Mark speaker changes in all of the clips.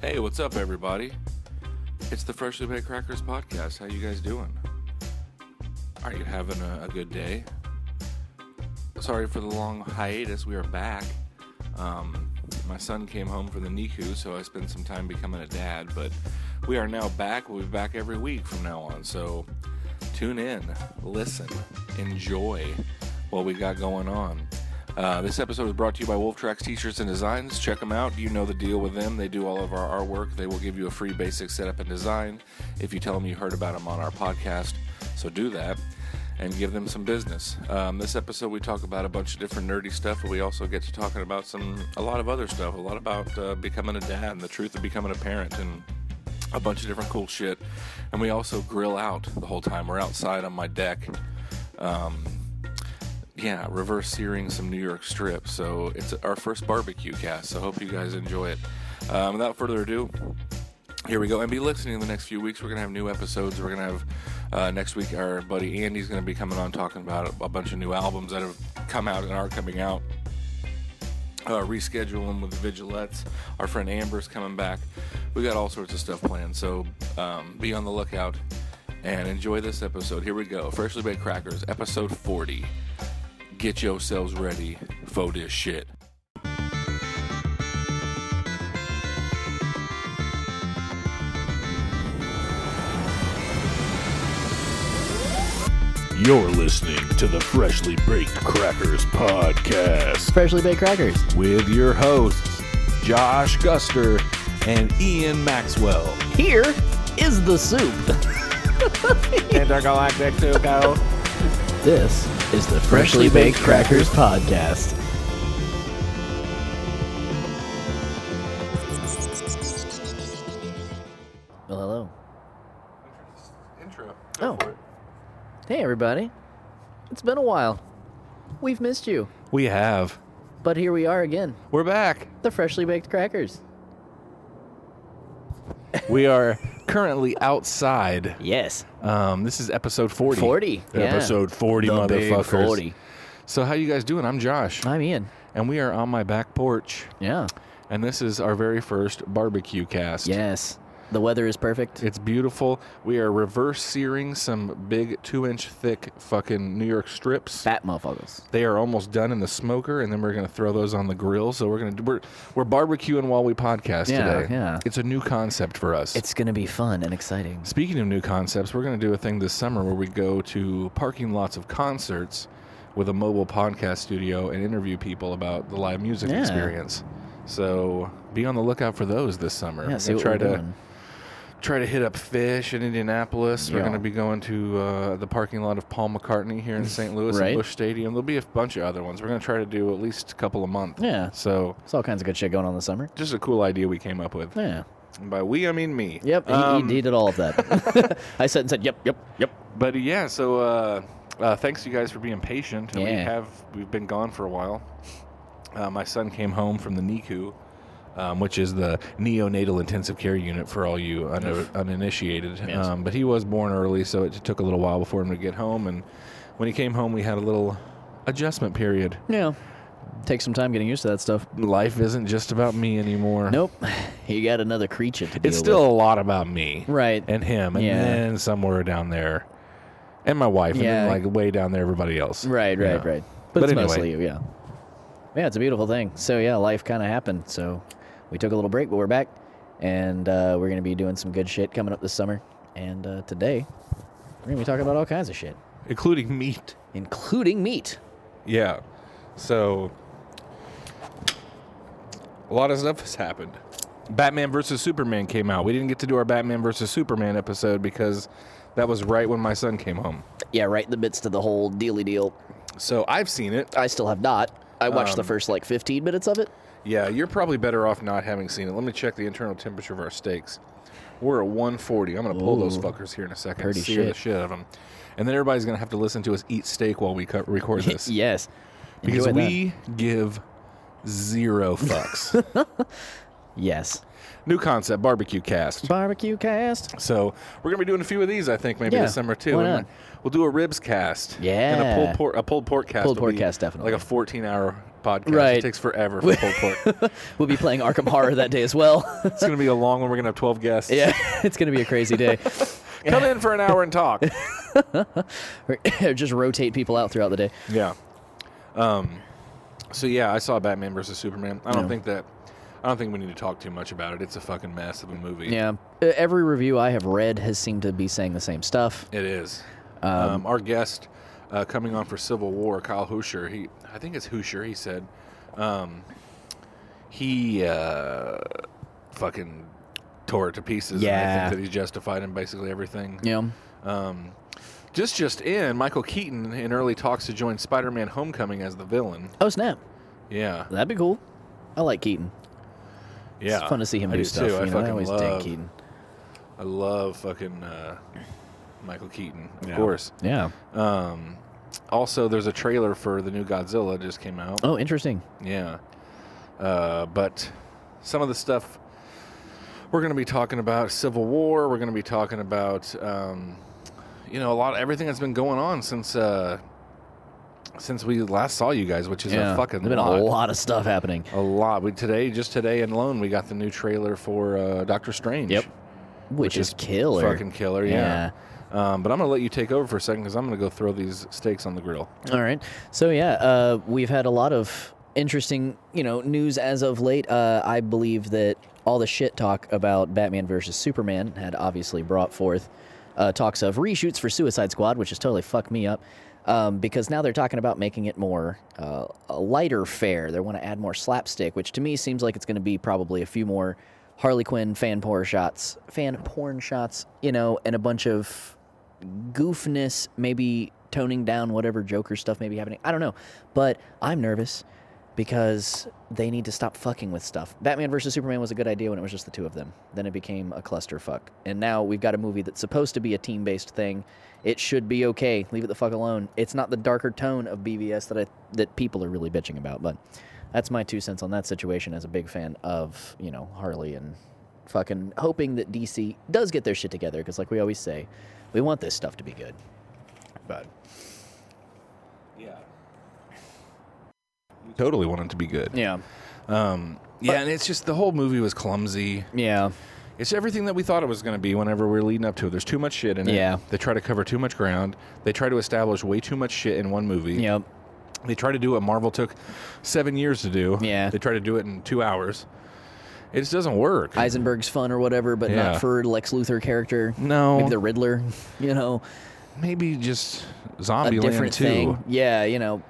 Speaker 1: Hey, what's up, everybody? It's the Freshly Baked Crackers podcast. How you guys doing? Are you having a, a good day? Sorry for the long hiatus. We are back. Um, my son came home from the NICU, so I spent some time becoming a dad. But we are now back. We'll be back every week from now on. So tune in, listen, enjoy what we got going on. Uh, this episode is brought to you by Wolf Tracks T-shirts and Designs. Check them out. You know the deal with them. They do all of our artwork. They will give you a free basic setup and design if you tell them you heard about them on our podcast. So do that and give them some business. Um, this episode we talk about a bunch of different nerdy stuff, but we also get to talking about some a lot of other stuff. A lot about uh, becoming a dad and the truth of becoming a parent and a bunch of different cool shit. And we also grill out the whole time. We're outside on my deck. Um, yeah, reverse searing some New York strip. So it's our first barbecue cast. So hope you guys enjoy it. Um, without further ado, here we go. And be listening in the next few weeks. We're going to have new episodes. We're going to have uh, next week our buddy Andy's going to be coming on talking about a, a bunch of new albums that have come out and are coming out uh, reschedule them with the Vigilettes. Our friend Amber's coming back. We got all sorts of stuff planned, so um, be on the lookout and enjoy this episode. Here we go Freshly Baked Crackers, episode 40. Get yourselves ready for this shit.
Speaker 2: You're listening to the Freshly Baked Crackers Podcast
Speaker 3: freshly baked crackers.
Speaker 2: with your hosts, Josh Guster and Ian Maxwell.
Speaker 3: Here is the soup.
Speaker 4: Intergalactic Zuko.
Speaker 3: This is the Freshly Baked Crackers podcast. Well, hello.
Speaker 1: Intro.
Speaker 3: Oh. Hey, everybody. It's been a while. We've missed you,
Speaker 2: We have.
Speaker 3: but here we are again.
Speaker 2: We're back.
Speaker 3: The Freshly Baked Crackers.
Speaker 2: We are currently outside.
Speaker 3: Yes.
Speaker 2: Um, this is episode 40.
Speaker 3: 40. Yeah.
Speaker 2: Episode 40,
Speaker 3: The big
Speaker 2: motherfuckers.
Speaker 3: 40.
Speaker 2: So how you guys doing? I'm Josh,
Speaker 3: I'm Ian.
Speaker 2: and we are on my back porch,
Speaker 3: Yeah.
Speaker 2: and this is our very first barbecue cast.
Speaker 3: Yes. The weather is perfect.
Speaker 2: It's beautiful. We are reverse searing some big two inch thick fucking New York strips.
Speaker 3: Fat motherfuckers.
Speaker 2: They are almost done in the smoker, and then we're gonna throw those on the grill. So we're gonna do- we're we're barbecuing while we podcast
Speaker 3: Yeah,
Speaker 2: today.
Speaker 3: yeah.
Speaker 2: It's a new concept for us.
Speaker 3: It's going to be fun and exciting.
Speaker 2: Speaking of new concepts, we're gonna do a thing this summer where we go to parking lots of concerts with a mobile podcast studio and interview people about the live music
Speaker 3: Yeah.
Speaker 2: experience. So be on the lookout for those this summer. We're
Speaker 3: Yeah,
Speaker 2: gonna
Speaker 3: see what
Speaker 2: try
Speaker 3: we're
Speaker 2: to
Speaker 3: doing.
Speaker 2: try to hit up Fish in Indianapolis. We're
Speaker 3: Yeah.
Speaker 2: going to be going to uh, the parking lot of Paul McCartney here in St. Louis
Speaker 3: Right.
Speaker 2: and Bush Stadium. There'll be a bunch of other ones. We're going to try to do at least a couple a month.
Speaker 3: Yeah.
Speaker 2: So
Speaker 3: It's all kinds of good shit going on this summer.
Speaker 2: just a cool idea we came up with.
Speaker 3: Yeah.
Speaker 2: And by we, I mean me.
Speaker 3: Yep. E
Speaker 2: Um,
Speaker 3: he, he did all of that. I said and said, yep, yep, yep.
Speaker 2: But yeah, so uh, uh, thanks you guys for being patient. And We
Speaker 3: Yeah.
Speaker 2: have we've been gone for a while. Uh, my son came home from the NICU, um, which is the neonatal intensive care unit for all you un- uninitiated.
Speaker 3: Yes.
Speaker 2: Um, but he was born early, so it took a little while before him to get home. And when he came home, we had a little adjustment period.
Speaker 3: Yeah. Takes some time getting used to that stuff.
Speaker 2: Life isn't just about me anymore.
Speaker 3: Nope. You got another creature to deal
Speaker 2: it's still a lot about me,
Speaker 3: with. right.
Speaker 2: And him, and
Speaker 3: Yeah.
Speaker 2: then somewhere down there, and my wife,
Speaker 3: Yeah.
Speaker 2: and then like way down there, everybody else.
Speaker 3: right, right,
Speaker 2: Yeah.
Speaker 3: right. But,
Speaker 2: But
Speaker 3: it's
Speaker 2: anyway.
Speaker 3: mostly you, yeah. Yeah, it's a beautiful thing. So yeah, life kind of happened. So we took a little break, but we're back, and uh, we're gonna be doing some good shit coming up this summer. And uh, today, we're gonna be talking about all kinds of shit,
Speaker 2: including meat.
Speaker 3: including meat.
Speaker 2: Yeah. So a lot of stuff has happened. Batman versus Superman came out. We didn't get to do our Batman versus Superman episode because that was right when my son came home.
Speaker 3: Yeah, right in the midst of the whole dealy deal.
Speaker 2: So I've seen it.
Speaker 3: I still have not. I watched the first like 15 minutes of it.
Speaker 2: Yeah, you're probably better off not having seen it. Let me check the internal temperature of our steaks. We're at 140. I'm going to pull those
Speaker 3: Ooh.
Speaker 2: fuckers here in a second.
Speaker 3: Pretty
Speaker 2: sear the
Speaker 3: shit.
Speaker 2: shit out of them. And then everybody's going to have to listen to us eat steak while we cut, record this.
Speaker 3: Yes.
Speaker 2: because
Speaker 3: Enjoy that.
Speaker 2: we give zero fucks.
Speaker 3: Yes.
Speaker 2: New concept, barbecue cast.
Speaker 3: Barbecue cast.
Speaker 2: So we're gonna be doing a few of these, I think, maybe
Speaker 3: Yeah,
Speaker 2: this summer too.
Speaker 3: why
Speaker 2: We
Speaker 3: not?
Speaker 2: might- We'll do a ribs cast. And a
Speaker 3: Yeah.
Speaker 2: pulled pork, a pulled pork cast.
Speaker 3: Pulled
Speaker 2: will
Speaker 3: pork
Speaker 2: be
Speaker 3: cast, definitely.
Speaker 2: Like a fourteen hour podcast.
Speaker 3: Right.
Speaker 2: It takes forever for pulled pork.
Speaker 3: We'll be playing Arkham Horror that day as well.
Speaker 2: It's going to be a long one. We're going to have 12 guests.
Speaker 3: yeah, it's going to be a crazy day.
Speaker 2: Come in for an hour and talk.
Speaker 3: Just rotate people out throughout the day.
Speaker 2: Yeah. Um. So yeah, I saw Batman versus Superman. I don't think that. I don't think we need to talk too much about it. It's a fucking mess of a movie.
Speaker 3: Yeah. Uh, Every review I have read has seemed to be saying the same stuff.
Speaker 2: It is. Um, our guest uh, coming on for Civil War, Kyle Hoosier. He, I think it's Hoosier. He said, um, he uh, fucking tore it to pieces. and I
Speaker 3: Yeah.
Speaker 2: think that he's justified in basically everything.
Speaker 3: You know?
Speaker 2: Just just in, Michael Keaton in early talks to join Spider-Man: Homecoming as the villain.
Speaker 3: Oh, snap.
Speaker 2: Yeah,
Speaker 3: That'd be cool. I like Keaton.
Speaker 2: yeah.
Speaker 3: It's fun to see him
Speaker 2: I
Speaker 3: do, stuff.
Speaker 2: Too. I
Speaker 3: you know, I
Speaker 2: fucking
Speaker 3: always dig
Speaker 2: love.
Speaker 3: Keaton.
Speaker 2: I love fucking uh, Michael Keaton, of
Speaker 3: Yeah.
Speaker 2: course.
Speaker 3: Yeah.
Speaker 2: Um, also, there's a trailer for the new Godzilla just came out.
Speaker 3: Oh, interesting.
Speaker 2: Yeah. Uh, but some of the stuff we're going to be talking about Civil War, we're going to be talking about, um, you know, a lot of everything that's been going on since. Uh, since we last saw you guys, which is
Speaker 3: yeah.
Speaker 2: a fucking
Speaker 3: There's been
Speaker 2: lot,
Speaker 3: a lot of stuff happening.
Speaker 2: a lot. We today, just today alone, we got the new trailer for uh, Doctor Strange.
Speaker 3: Yep. Which, is, killer.
Speaker 2: Fucking killer, yeah. Um, but I'm going to let you take over for a second because I'm going to go throw these steaks on the grill.
Speaker 3: All right. So yeah, uh, we've had a lot of interesting, you know, news as of late. Uh, I believe that all the shit talk about Batman versus Superman had obviously brought forth uh, talks of reshoots for Suicide Squad, which has totally fucked me up. Um, because now they're talking about making it more uh, a lighter fare. They want to add more slapstick, which to me seems like it's going to be probably a few more Harley Quinn fan porn shots, fan porn shots, you know, and a bunch of goofness, maybe toning down whatever Joker stuff may be happening. I don't know. But I'm nervous because they need to stop fucking with stuff. Batman versus Superman was a good idea when it was just the two of them. Then it became a clusterfuck. And now we've got a movie that's supposed to be a team based thing. It should be okay. Leave it the fuck alone. It's not the darker tone of BVS that I that people are really bitching about, but that's my two cents on that situation as a big fan of, you know, Harley and fucking hoping that DC does get their shit together because, like we always say, we want this stuff to be good. But
Speaker 2: Yeah. We totally want it to be good.
Speaker 3: yeah,
Speaker 2: Um, yeah, and it's just the whole movie was clumsy.
Speaker 3: yeah,
Speaker 2: It's everything that we thought it was going to be whenever we were leading up to it. There's too much shit in it.
Speaker 3: Yeah.
Speaker 2: They try to cover too much ground. They try to establish way too much shit in one movie.
Speaker 3: yep,
Speaker 2: They try to do what Marvel took seven years to do.
Speaker 3: Yeah.
Speaker 2: They try to do it in two hours. It just doesn't work.
Speaker 3: Eisenberg's fun or whatever, but
Speaker 2: Yeah.
Speaker 3: not for Lex Luthor character.
Speaker 2: No.
Speaker 3: maybe the Riddler. You know,
Speaker 2: Maybe just
Speaker 3: a
Speaker 2: Zombie Land
Speaker 3: different
Speaker 2: 2.
Speaker 3: thing. Yeah, you know.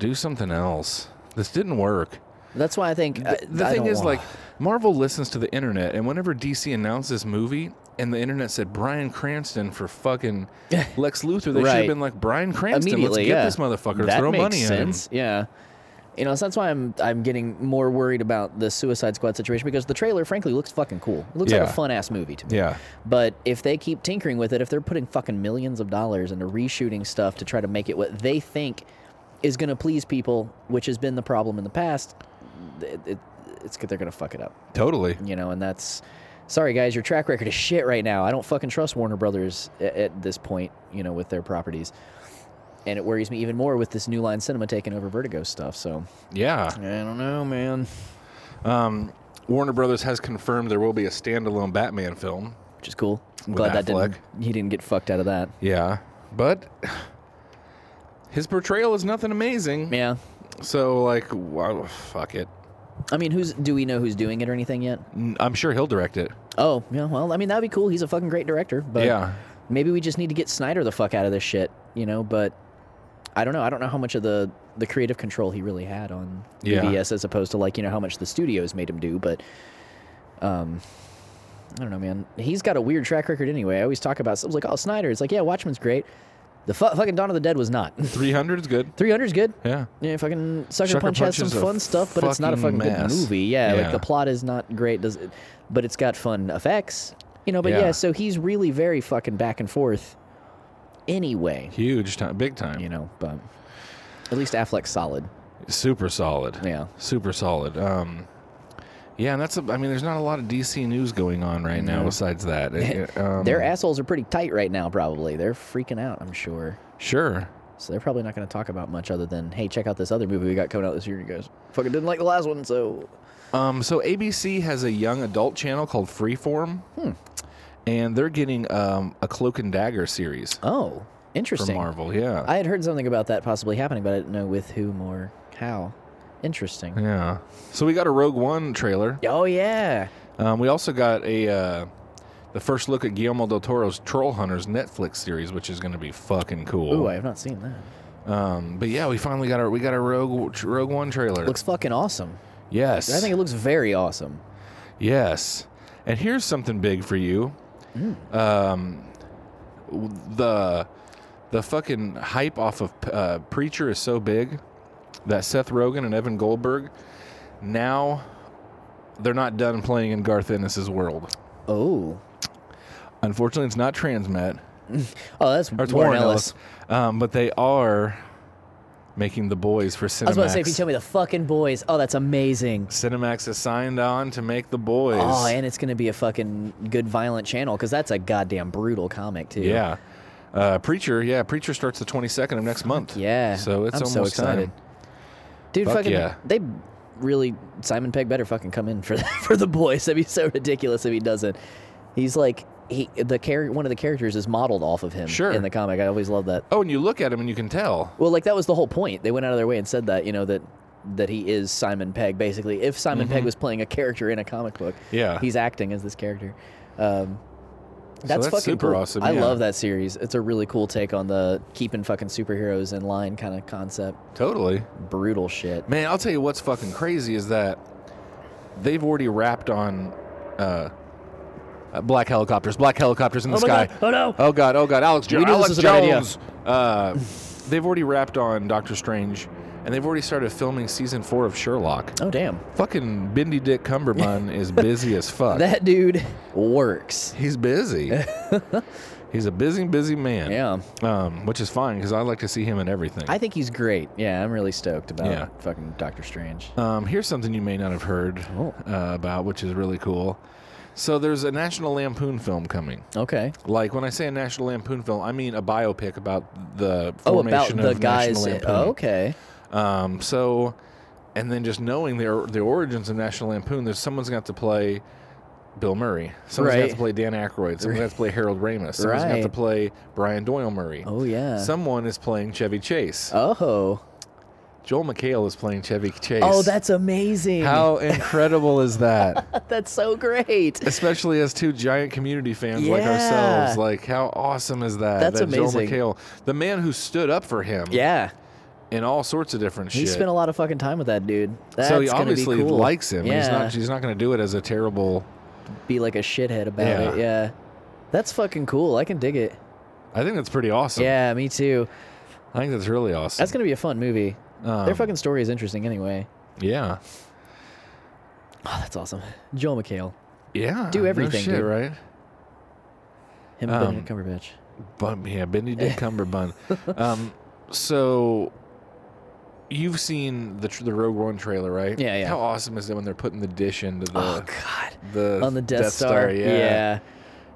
Speaker 2: Do something else. This didn't work.
Speaker 3: That's why I think I-
Speaker 2: The
Speaker 3: I
Speaker 2: thing
Speaker 3: don't
Speaker 2: is,
Speaker 3: wa-
Speaker 2: like, Marvel listens to the internet, and whenever DC announced this movie, and the internet said Brian Cranston for fucking Lex Luthor, they should have
Speaker 3: Right.
Speaker 2: been like Brian Cranston. Let's
Speaker 3: immediately
Speaker 2: get
Speaker 3: yeah.
Speaker 2: this motherfucker.
Speaker 3: That
Speaker 2: throw
Speaker 3: makes
Speaker 2: money
Speaker 3: sense. Yeah. You know, so that's why I'm I'm getting more worried about the Suicide Squad situation because the trailer, frankly, looks fucking cool. It looks like
Speaker 2: Yeah.
Speaker 3: a fun ass movie to me.
Speaker 2: at him. Yeah,
Speaker 3: But if they keep tinkering with it, if they're putting fucking millions of dollars into reshooting stuff to try to make it what they think is going to please people, which has been the problem in the past, it, it, it's they're going to fuck it up,
Speaker 2: totally.
Speaker 3: you know. And that's sorry, guys, your track record is shit right now. I don't fucking trust Warner Brothers at, at this point, you know, with their properties. And it worries me even more with this new line cinema taking over Vertigo stuff. So
Speaker 2: Yeah.
Speaker 3: I don't know, man.
Speaker 2: Warner Brothers has confirmed there will be a standalone Batman film.
Speaker 3: Which is cool. I'm
Speaker 2: With
Speaker 3: glad that
Speaker 2: Affleck.
Speaker 3: didn't. He didn't get fucked out of that.
Speaker 2: Yeah, but his portrayal is nothing amazing.
Speaker 3: Yeah.
Speaker 2: So, like, wow, fuck it.
Speaker 3: I mean, who's do we know who's doing it or anything yet?
Speaker 2: N- I'm sure he'll direct it.
Speaker 3: Oh, yeah. Well, I mean, that'd be cool. He's a fucking great director. But
Speaker 2: Yeah.
Speaker 3: maybe we just need to get Snyder the fuck out of this shit, you know? But I don't know. I don't know how much of the, the creative control he really had on
Speaker 2: Yeah.
Speaker 3: BBS as opposed to, like, you know, how much the studios made him do. But, um,. I don't know, man. He's got a weird track record anyway. I always talk about. I was like, "Oh, Snyder." It's like, "Yeah, Watchmen's great." The fu- fucking Dawn of the Dead was not.
Speaker 2: 300 is good.
Speaker 3: 300's good.
Speaker 2: Yeah.
Speaker 3: Yeah, fucking Sucker,
Speaker 2: Sucker
Speaker 3: Punch,
Speaker 2: Punch
Speaker 3: has
Speaker 2: is a
Speaker 3: some fun stuff, but it's not a
Speaker 2: fucking
Speaker 3: fucking good
Speaker 2: mess.
Speaker 3: movie. Yeah,
Speaker 2: Yeah.
Speaker 3: like the plot is not great. Does it, but it's got fun effects. You know, but
Speaker 2: Yeah.
Speaker 3: yeah. so he's really very fucking back and forth. Anyway,
Speaker 2: Huge time, big time.
Speaker 3: you know, but at least Affleck's solid.
Speaker 2: Super solid.
Speaker 3: Yeah.
Speaker 2: Super solid. Um, yeah, and that's. A, I mean, there's not a lot of DC news going on right now
Speaker 3: No.
Speaker 2: besides that. It- it, um,
Speaker 3: Their assholes are pretty tight right now. Probably they're freaking out. I'm sure.
Speaker 2: sure.
Speaker 3: So they're probably not going to talk about much other than, hey, check out this other movie we got coming out this year. You guys fucking didn't like the last one, so
Speaker 2: Um, so ABC has a young adult channel called Freeform,
Speaker 3: Hmm.
Speaker 2: and they're getting um, a Cloak and Dagger series
Speaker 3: oh,
Speaker 2: from
Speaker 3: interesting.
Speaker 2: Marvel. Yeah,
Speaker 3: I had heard something about that possibly happening, but I didn't know with whom or how. Interesting.
Speaker 2: yeah. So we got a Rogue One trailer.
Speaker 3: Oh yeah,
Speaker 2: Um, we also got a uh, the first look at Guillermo del Toro's Troll Hunters Netflix series, which is going to be fucking cool.
Speaker 3: Ooh, I have not seen that.
Speaker 2: um, but yeah, we finally got our we got a Rogue Rogue One trailer.
Speaker 3: Looks fucking awesome.
Speaker 2: yes,
Speaker 3: I think it looks very awesome.
Speaker 2: Yes. And here's something big for you.
Speaker 3: Mm.
Speaker 2: Um, w- the the fucking hype off of uh, Preacher is so big that Seth Rogen and Evan Goldberg now they're not done playing in Garth Ennis's world.
Speaker 3: Oh,
Speaker 2: Unfortunately, it's not Transmet.
Speaker 3: oh, that's
Speaker 2: Or it's
Speaker 3: Warren, Ellis.
Speaker 2: Um, but they are making the boys for Cinemax.
Speaker 3: I was about to say, if you tell me the fucking boys, oh, that's amazing.
Speaker 2: Cinemax has signed on to make the boys.
Speaker 3: Oh, and it's gonna be a fucking good violent channel because that's a goddamn brutal comic too.
Speaker 2: Yeah. Uh, Preacher, yeah, Preacher starts the 22nd of next month.
Speaker 3: yeah.
Speaker 2: So it's
Speaker 3: I'm
Speaker 2: almost
Speaker 3: so excited.
Speaker 2: time.
Speaker 3: Dude,
Speaker 2: Fuck
Speaker 3: fucking,
Speaker 2: yeah.
Speaker 3: they really Simon Pegg better fucking come in for for the boys. That'd be so ridiculous if he doesn't. He's like he the char- one of the characters is modeled off of him
Speaker 2: Sure.
Speaker 3: in the comic. I always love that.
Speaker 2: Oh, and you look at him and you can tell.
Speaker 3: Well, like that was the whole point. They went out of their way and said that you know that that he is Simon Pegg basically. If Simon Pegg was playing a character in a comic book,
Speaker 2: Mm-hmm. Yeah.
Speaker 3: he's acting as this character. Um,
Speaker 2: that's
Speaker 3: that's, fucking
Speaker 2: super
Speaker 3: cool.
Speaker 2: awesome,
Speaker 3: I
Speaker 2: yeah.
Speaker 3: love that series. It's a really cool take on the keeping fucking superheroes in line kind of concept.
Speaker 2: Totally.
Speaker 3: Brutal shit.
Speaker 2: Man, I'll tell you what's fucking crazy is that they've already wrapped on uh, uh, black helicopters, black helicopters in the
Speaker 3: my
Speaker 2: sky.
Speaker 3: God. Oh, no.
Speaker 2: Oh god, oh god, Alex, jo-
Speaker 3: We knew this
Speaker 2: Alex
Speaker 3: was a bad idea.
Speaker 2: Jones. Uh, they've already wrapped on Doctor Strange and they've already started filming season 4 of Sherlock.
Speaker 3: Oh damn,
Speaker 2: Fucking Bindy Dick Cumberbun is busy as fuck.
Speaker 3: that dude works.
Speaker 2: He's busy. He's a busy, busy man.
Speaker 3: Yeah,
Speaker 2: Um, which is fine because I like to see him in everything.
Speaker 3: I think he's great. Yeah, I'm really stoked about
Speaker 2: Yeah.
Speaker 3: fucking Doctor Strange.
Speaker 2: um, here's something you may not have heard
Speaker 3: Oh.
Speaker 2: uh, about, which is really cool. So there's a National Lampoon film coming.
Speaker 3: Okay.
Speaker 2: Like when I say a National Lampoon film, I mean a biopic about the
Speaker 3: Oh, about
Speaker 2: formation
Speaker 3: the
Speaker 2: of
Speaker 3: guys.
Speaker 2: National Lampoon.
Speaker 3: Oh, okay.
Speaker 2: Um, so, and then just knowing the the origins of National Lampoon, there's someone's got to play Bill Murray. Someone's
Speaker 3: Right.
Speaker 2: got to play Dan Aykroyd. Someone's got to play Harold Ramis. Someone's got to
Speaker 3: Right.
Speaker 2: play Brian Doyle Murray.
Speaker 3: Oh yeah.
Speaker 2: Someone is playing Chevy Chase.
Speaker 3: oh.
Speaker 2: Joel McHale is playing Chevy Chase.
Speaker 3: Oh, that's amazing.
Speaker 2: how incredible is that?
Speaker 3: That's so great.
Speaker 2: Especially as two giant community fans like
Speaker 3: Yeah.
Speaker 2: ourselves, like how awesome is that?
Speaker 3: That's
Speaker 2: that
Speaker 3: amazing.
Speaker 2: Joel McHale, the man who stood up for him,
Speaker 3: Yeah.
Speaker 2: in all sorts of different
Speaker 3: He
Speaker 2: shit.
Speaker 3: spent a lot of fucking time with that dude. That's
Speaker 2: so he
Speaker 3: gonna
Speaker 2: obviously
Speaker 3: be cool.
Speaker 2: likes him.
Speaker 3: Yeah.
Speaker 2: He's not. He's not going to do it as a terrible.
Speaker 3: be like a shithead about
Speaker 2: Yeah.
Speaker 3: it. Yeah. That's fucking cool. I can dig it.
Speaker 2: I think that's pretty awesome.
Speaker 3: Yeah, me too.
Speaker 2: I think that's really awesome.
Speaker 3: That's gonna be a fun movie. Their
Speaker 2: Um,
Speaker 3: fucking story is interesting anyway.
Speaker 2: yeah,
Speaker 3: Oh, that's awesome. Joel McHale.
Speaker 2: yeah.
Speaker 3: Do
Speaker 2: no
Speaker 3: everything,
Speaker 2: shit,
Speaker 3: dude.
Speaker 2: right?
Speaker 3: Him and
Speaker 2: Um,
Speaker 3: Benedict Cumberbatch.
Speaker 2: Bum, yeah, Bendy Dick Cumberbun. um, so you've seen the tr- the Rogue One trailer, right?
Speaker 3: Yeah, yeah.
Speaker 2: How awesome is it when they're putting the dish into the
Speaker 3: oh god.
Speaker 2: the
Speaker 3: On the Death, Star.
Speaker 2: Yeah.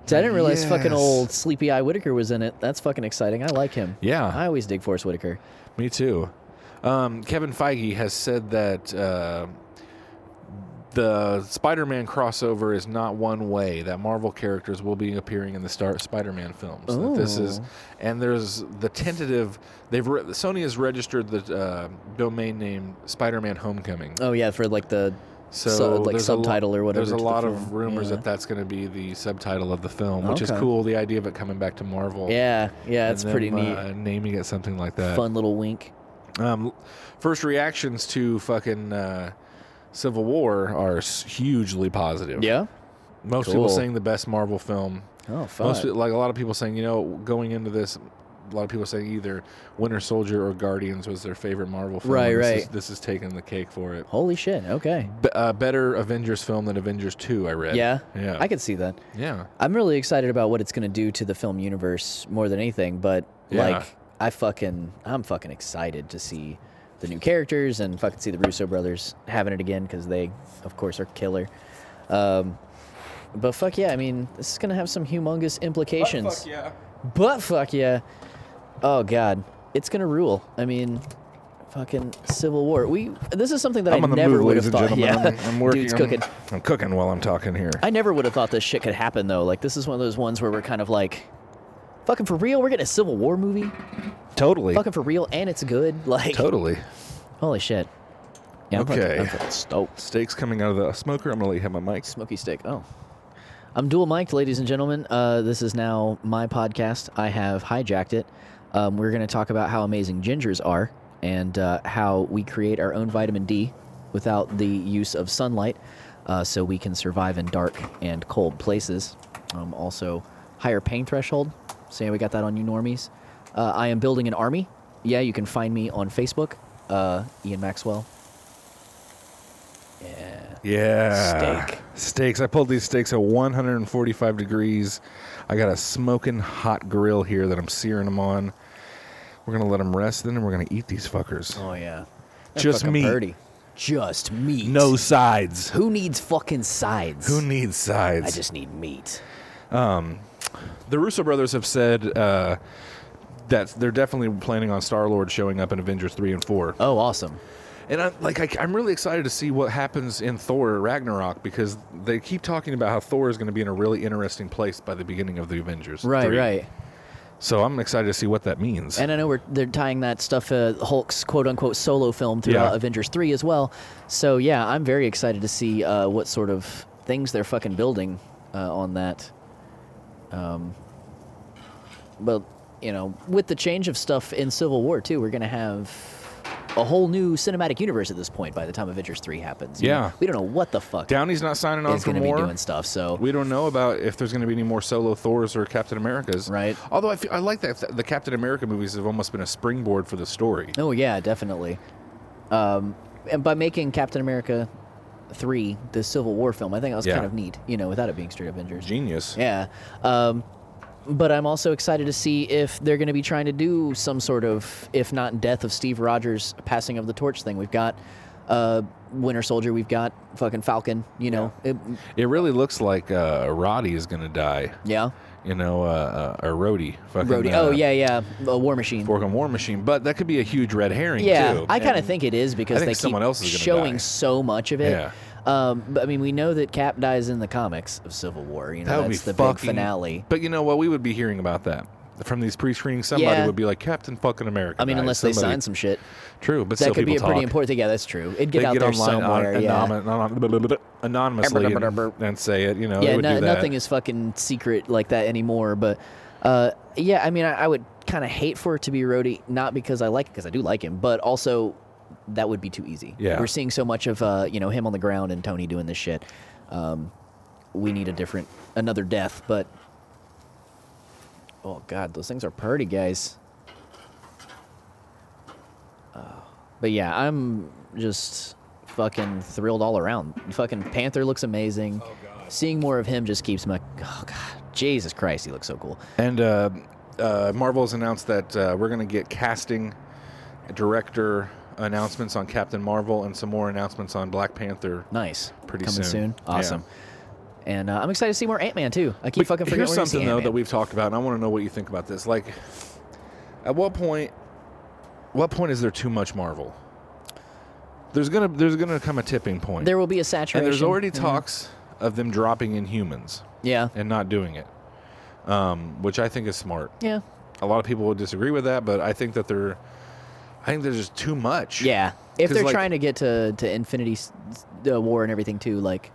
Speaker 3: So I didn't realize fucking
Speaker 2: Yes.
Speaker 3: old Sleepy Eye Whitaker was in it. That's fucking exciting. I like him.
Speaker 2: Yeah,
Speaker 3: I always dig Forrest Whitaker.
Speaker 2: me too. Um, Kevin Feige has said that uh, the Spider-Man crossover is not one way. That Marvel characters will be appearing in the Star Spider-Man films. That this is,
Speaker 3: Ooh.
Speaker 2: and there's the tentative. They've re- Sony has registered the uh, domain name Spider-Man Homecoming.
Speaker 3: Oh yeah, for like the
Speaker 2: So,
Speaker 3: So, like,
Speaker 2: there's a
Speaker 3: subtitle or whatever
Speaker 2: There's
Speaker 3: to
Speaker 2: a
Speaker 3: the
Speaker 2: lot
Speaker 3: film.
Speaker 2: of rumors
Speaker 3: Yeah.
Speaker 2: that that's going to be the subtitle of the film, which
Speaker 3: Okay.
Speaker 2: is cool. The idea of it coming back to Marvel.
Speaker 3: Yeah, yeah,
Speaker 2: and
Speaker 3: it's pretty
Speaker 2: them,
Speaker 3: neat.
Speaker 2: Uh, naming it something like that.
Speaker 3: Fun little wink.
Speaker 2: Um, first reactions to fucking uh, Civil War are s- hugely positive.
Speaker 3: Yeah.
Speaker 2: most people
Speaker 3: Cool.
Speaker 2: saying the best Marvel film.
Speaker 3: Oh fuck.
Speaker 2: Most like a lot of people saying, you know, going into this, a lot of people saying either Winter Soldier or Guardians was their favorite Marvel film.
Speaker 3: Right,
Speaker 2: and this
Speaker 3: right.
Speaker 2: Is, this is taking the cake for it.
Speaker 3: Holy shit. Okay.
Speaker 2: B- uh, better Avengers film than Avengers Two. I read.
Speaker 3: Yeah.
Speaker 2: Yeah.
Speaker 3: I could see that.
Speaker 2: yeah.
Speaker 3: I'm really excited about what it's going to do to the film universe more than anything, but
Speaker 2: Yeah.
Speaker 3: like I fucking I'm fucking excited to see the new characters and fucking see the Russo brothers having it again cuz they of course are killer. Um but fuck yeah, I mean, this is going to have some humongous implications.
Speaker 2: yeah.
Speaker 3: But fuck yeah. Oh god. it's gonna rule. I mean, fucking Civil War. We this is something that
Speaker 2: I'm
Speaker 3: I
Speaker 2: on the
Speaker 3: never
Speaker 2: move,
Speaker 3: would
Speaker 2: ladies
Speaker 3: have
Speaker 2: and
Speaker 3: thought.
Speaker 2: gentlemen.
Speaker 3: Yeah,
Speaker 2: I'm, I'm working.
Speaker 3: dude's
Speaker 2: I'm-
Speaker 3: cooking.
Speaker 2: I'm cooking while I'm talking here.
Speaker 3: I never would have thought this shit could happen though. Like this is one of those ones where we're kind of like, fucking for real, we're getting a Civil War movie,
Speaker 2: totally.
Speaker 3: fucking for real, and it's good. Like
Speaker 2: Totally.
Speaker 3: holy shit. Yeah, I'm
Speaker 2: Okay.
Speaker 3: Fucking, I'm fucking stoked.
Speaker 2: Steaks coming out of the smoker. I'm gonna let you have my mic.
Speaker 3: Smoky steak. Oh. I'm dual mic'd, ladies and gentlemen. Uh, this is now my podcast. I have hijacked it. Um, we're going to talk about how amazing gingers are and uh, how we create our own vitamin D without the use of sunlight uh, so we can survive in dark and cold places. Um, also, higher pain threshold. Saying we got that on you normies. Uh, I am building an army. Yeah, you can find me on Facebook, uh, Ian Maxwell.
Speaker 2: Yeah.
Speaker 3: Steak.
Speaker 2: Steaks. I pulled these steaks at 145 degrees. I got a smoking hot grill here that I'm searing them on. We're gonna let them rest, then we're gonna eat these fuckers.
Speaker 3: Oh, yeah.
Speaker 2: Just
Speaker 3: fucking
Speaker 2: meat.
Speaker 3: Purdy. Just meat.
Speaker 2: No sides.
Speaker 3: Who needs fucking sides?
Speaker 2: Who needs sides?
Speaker 3: I just need meat.
Speaker 2: the Russo brothers have said uh, that they're definitely planning on Star Lord showing up in Avengers three and four.
Speaker 3: Oh, awesome.
Speaker 2: And I'm like, I, I'm really excited to see what happens in Thor Ragnarok because they keep talking about how Thor is going to be in a really interesting place by the beginning of the Avengers.
Speaker 3: Right,
Speaker 2: 3.
Speaker 3: right.
Speaker 2: So I'm excited to see what that means.
Speaker 3: And I know we're they're tying that stuff uh, Hulk's quote unquote solo film throughout
Speaker 2: Yeah.
Speaker 3: Avengers three as well. So yeah, I'm very excited to see uh, what sort of things they're fucking building uh, on that. Um, but you know, with the change of stuff in Civil War too, we're gonna have a whole new cinematic universe at this point by the time Avengers three happens. You know,
Speaker 2: Yeah.
Speaker 3: we don't know what the fuck
Speaker 2: Downey's not signing on
Speaker 3: is
Speaker 2: for
Speaker 3: gonna be
Speaker 2: more.
Speaker 3: doing stuff. So
Speaker 2: we don't know about if there's going to be any more solo Thors or Captain Americas.
Speaker 3: Right.
Speaker 2: Although I, feel, I like that the Captain America movies have almost been a springboard for the story.
Speaker 3: Oh yeah, definitely. Um, and by making Captain America three the Civil War film, I think that was
Speaker 2: Yeah.
Speaker 3: kind of neat, you know, without it being straight Avengers.
Speaker 2: Genius.
Speaker 3: Yeah. Um, but I'm also excited to see if they're going to be trying to do some sort of, if not death of Steve Rogers, passing of the torch thing. We've got uh, Winter Soldier, we've got fucking Falcon. You know, yeah. It,
Speaker 2: It really looks like uh, Roddy is going to die.
Speaker 3: yeah.
Speaker 2: You know, uh, uh, or Rhodey. Fucking,
Speaker 3: Rhodey.
Speaker 2: uh,
Speaker 3: oh yeah, yeah. A War Machine.
Speaker 2: Borg and War Machine. But that could be a huge red herring,
Speaker 3: Yeah,
Speaker 2: too.
Speaker 3: I kind of think it is because
Speaker 2: I think
Speaker 3: they
Speaker 2: someone
Speaker 3: keep
Speaker 2: else is gonna
Speaker 3: showing
Speaker 2: die.
Speaker 3: so much of it.
Speaker 2: Yeah.
Speaker 3: Um, but I mean, we know that Cap dies in the comics of Civil War. You know,
Speaker 2: That would
Speaker 3: that's
Speaker 2: be
Speaker 3: the big
Speaker 2: fucking-
Speaker 3: finale.
Speaker 2: But you know what? We would be hearing about that from these pre-screenings. Somebody
Speaker 3: Yeah.
Speaker 2: would be like Captain fucking America.
Speaker 3: I mean,
Speaker 2: died."
Speaker 3: unless they
Speaker 2: Somebody-
Speaker 3: sign some shit,
Speaker 2: True, but
Speaker 3: that
Speaker 2: still
Speaker 3: could be a
Speaker 2: people
Speaker 3: pretty
Speaker 2: talk.
Speaker 3: important thing. Yeah, that's true. It'd get
Speaker 2: They
Speaker 3: out
Speaker 2: get
Speaker 3: there
Speaker 2: online on-
Speaker 3: somewhere. yeah,
Speaker 2: anon- anon- anonymously and, and say it. You know,
Speaker 3: yeah.
Speaker 2: they would
Speaker 3: no-
Speaker 2: do that.
Speaker 3: nothing is fucking secret like that anymore. But uh, yeah, I mean, I, I would kind of hate for it to be Rhodey, not because I like it, because I do like him, but also that would be too easy.
Speaker 2: Yeah.
Speaker 3: we're seeing so much of uh, you know him on the ground and Tony doing this shit. Um, we need a different, another death, but. Oh God, those things are pretty, guys. But yeah, I'm just fucking thrilled all around. Fucking Panther looks amazing. Oh god. Seeing more of him just keeps my oh god. Jesus Christ, he looks so cool.
Speaker 2: And uh, uh, Marvel's announced that uh, we're going to get casting, director announcements on Captain Marvel, and some more announcements on Black Panther.
Speaker 3: Nice.
Speaker 2: Pretty
Speaker 3: Coming
Speaker 2: soon.
Speaker 3: soon.
Speaker 2: Yeah.
Speaker 3: Awesome. And uh, I'm excited to see more Ant Man too. I keep fucking forgetting
Speaker 2: Here's
Speaker 3: we're gonna see
Speaker 2: something though that
Speaker 3: Ant-Man.
Speaker 2: we've talked about, and I want to know what you think about this. Like, at what point, what point is there too much Marvel? There's gonna there's gonna come a tipping point.
Speaker 3: there will be a saturation.
Speaker 2: and there's already
Speaker 3: Mhm.
Speaker 2: talks of them dropping in humans
Speaker 3: Yeah.
Speaker 2: and not doing it, um, which I think is smart.
Speaker 3: Yeah.
Speaker 2: A lot of people would disagree with that, but I think that they're, I think there's just too much.
Speaker 3: Yeah. If
Speaker 2: 'Cause,
Speaker 3: they're
Speaker 2: like-
Speaker 3: trying to get to to Infinity S- uh, War and everything too, like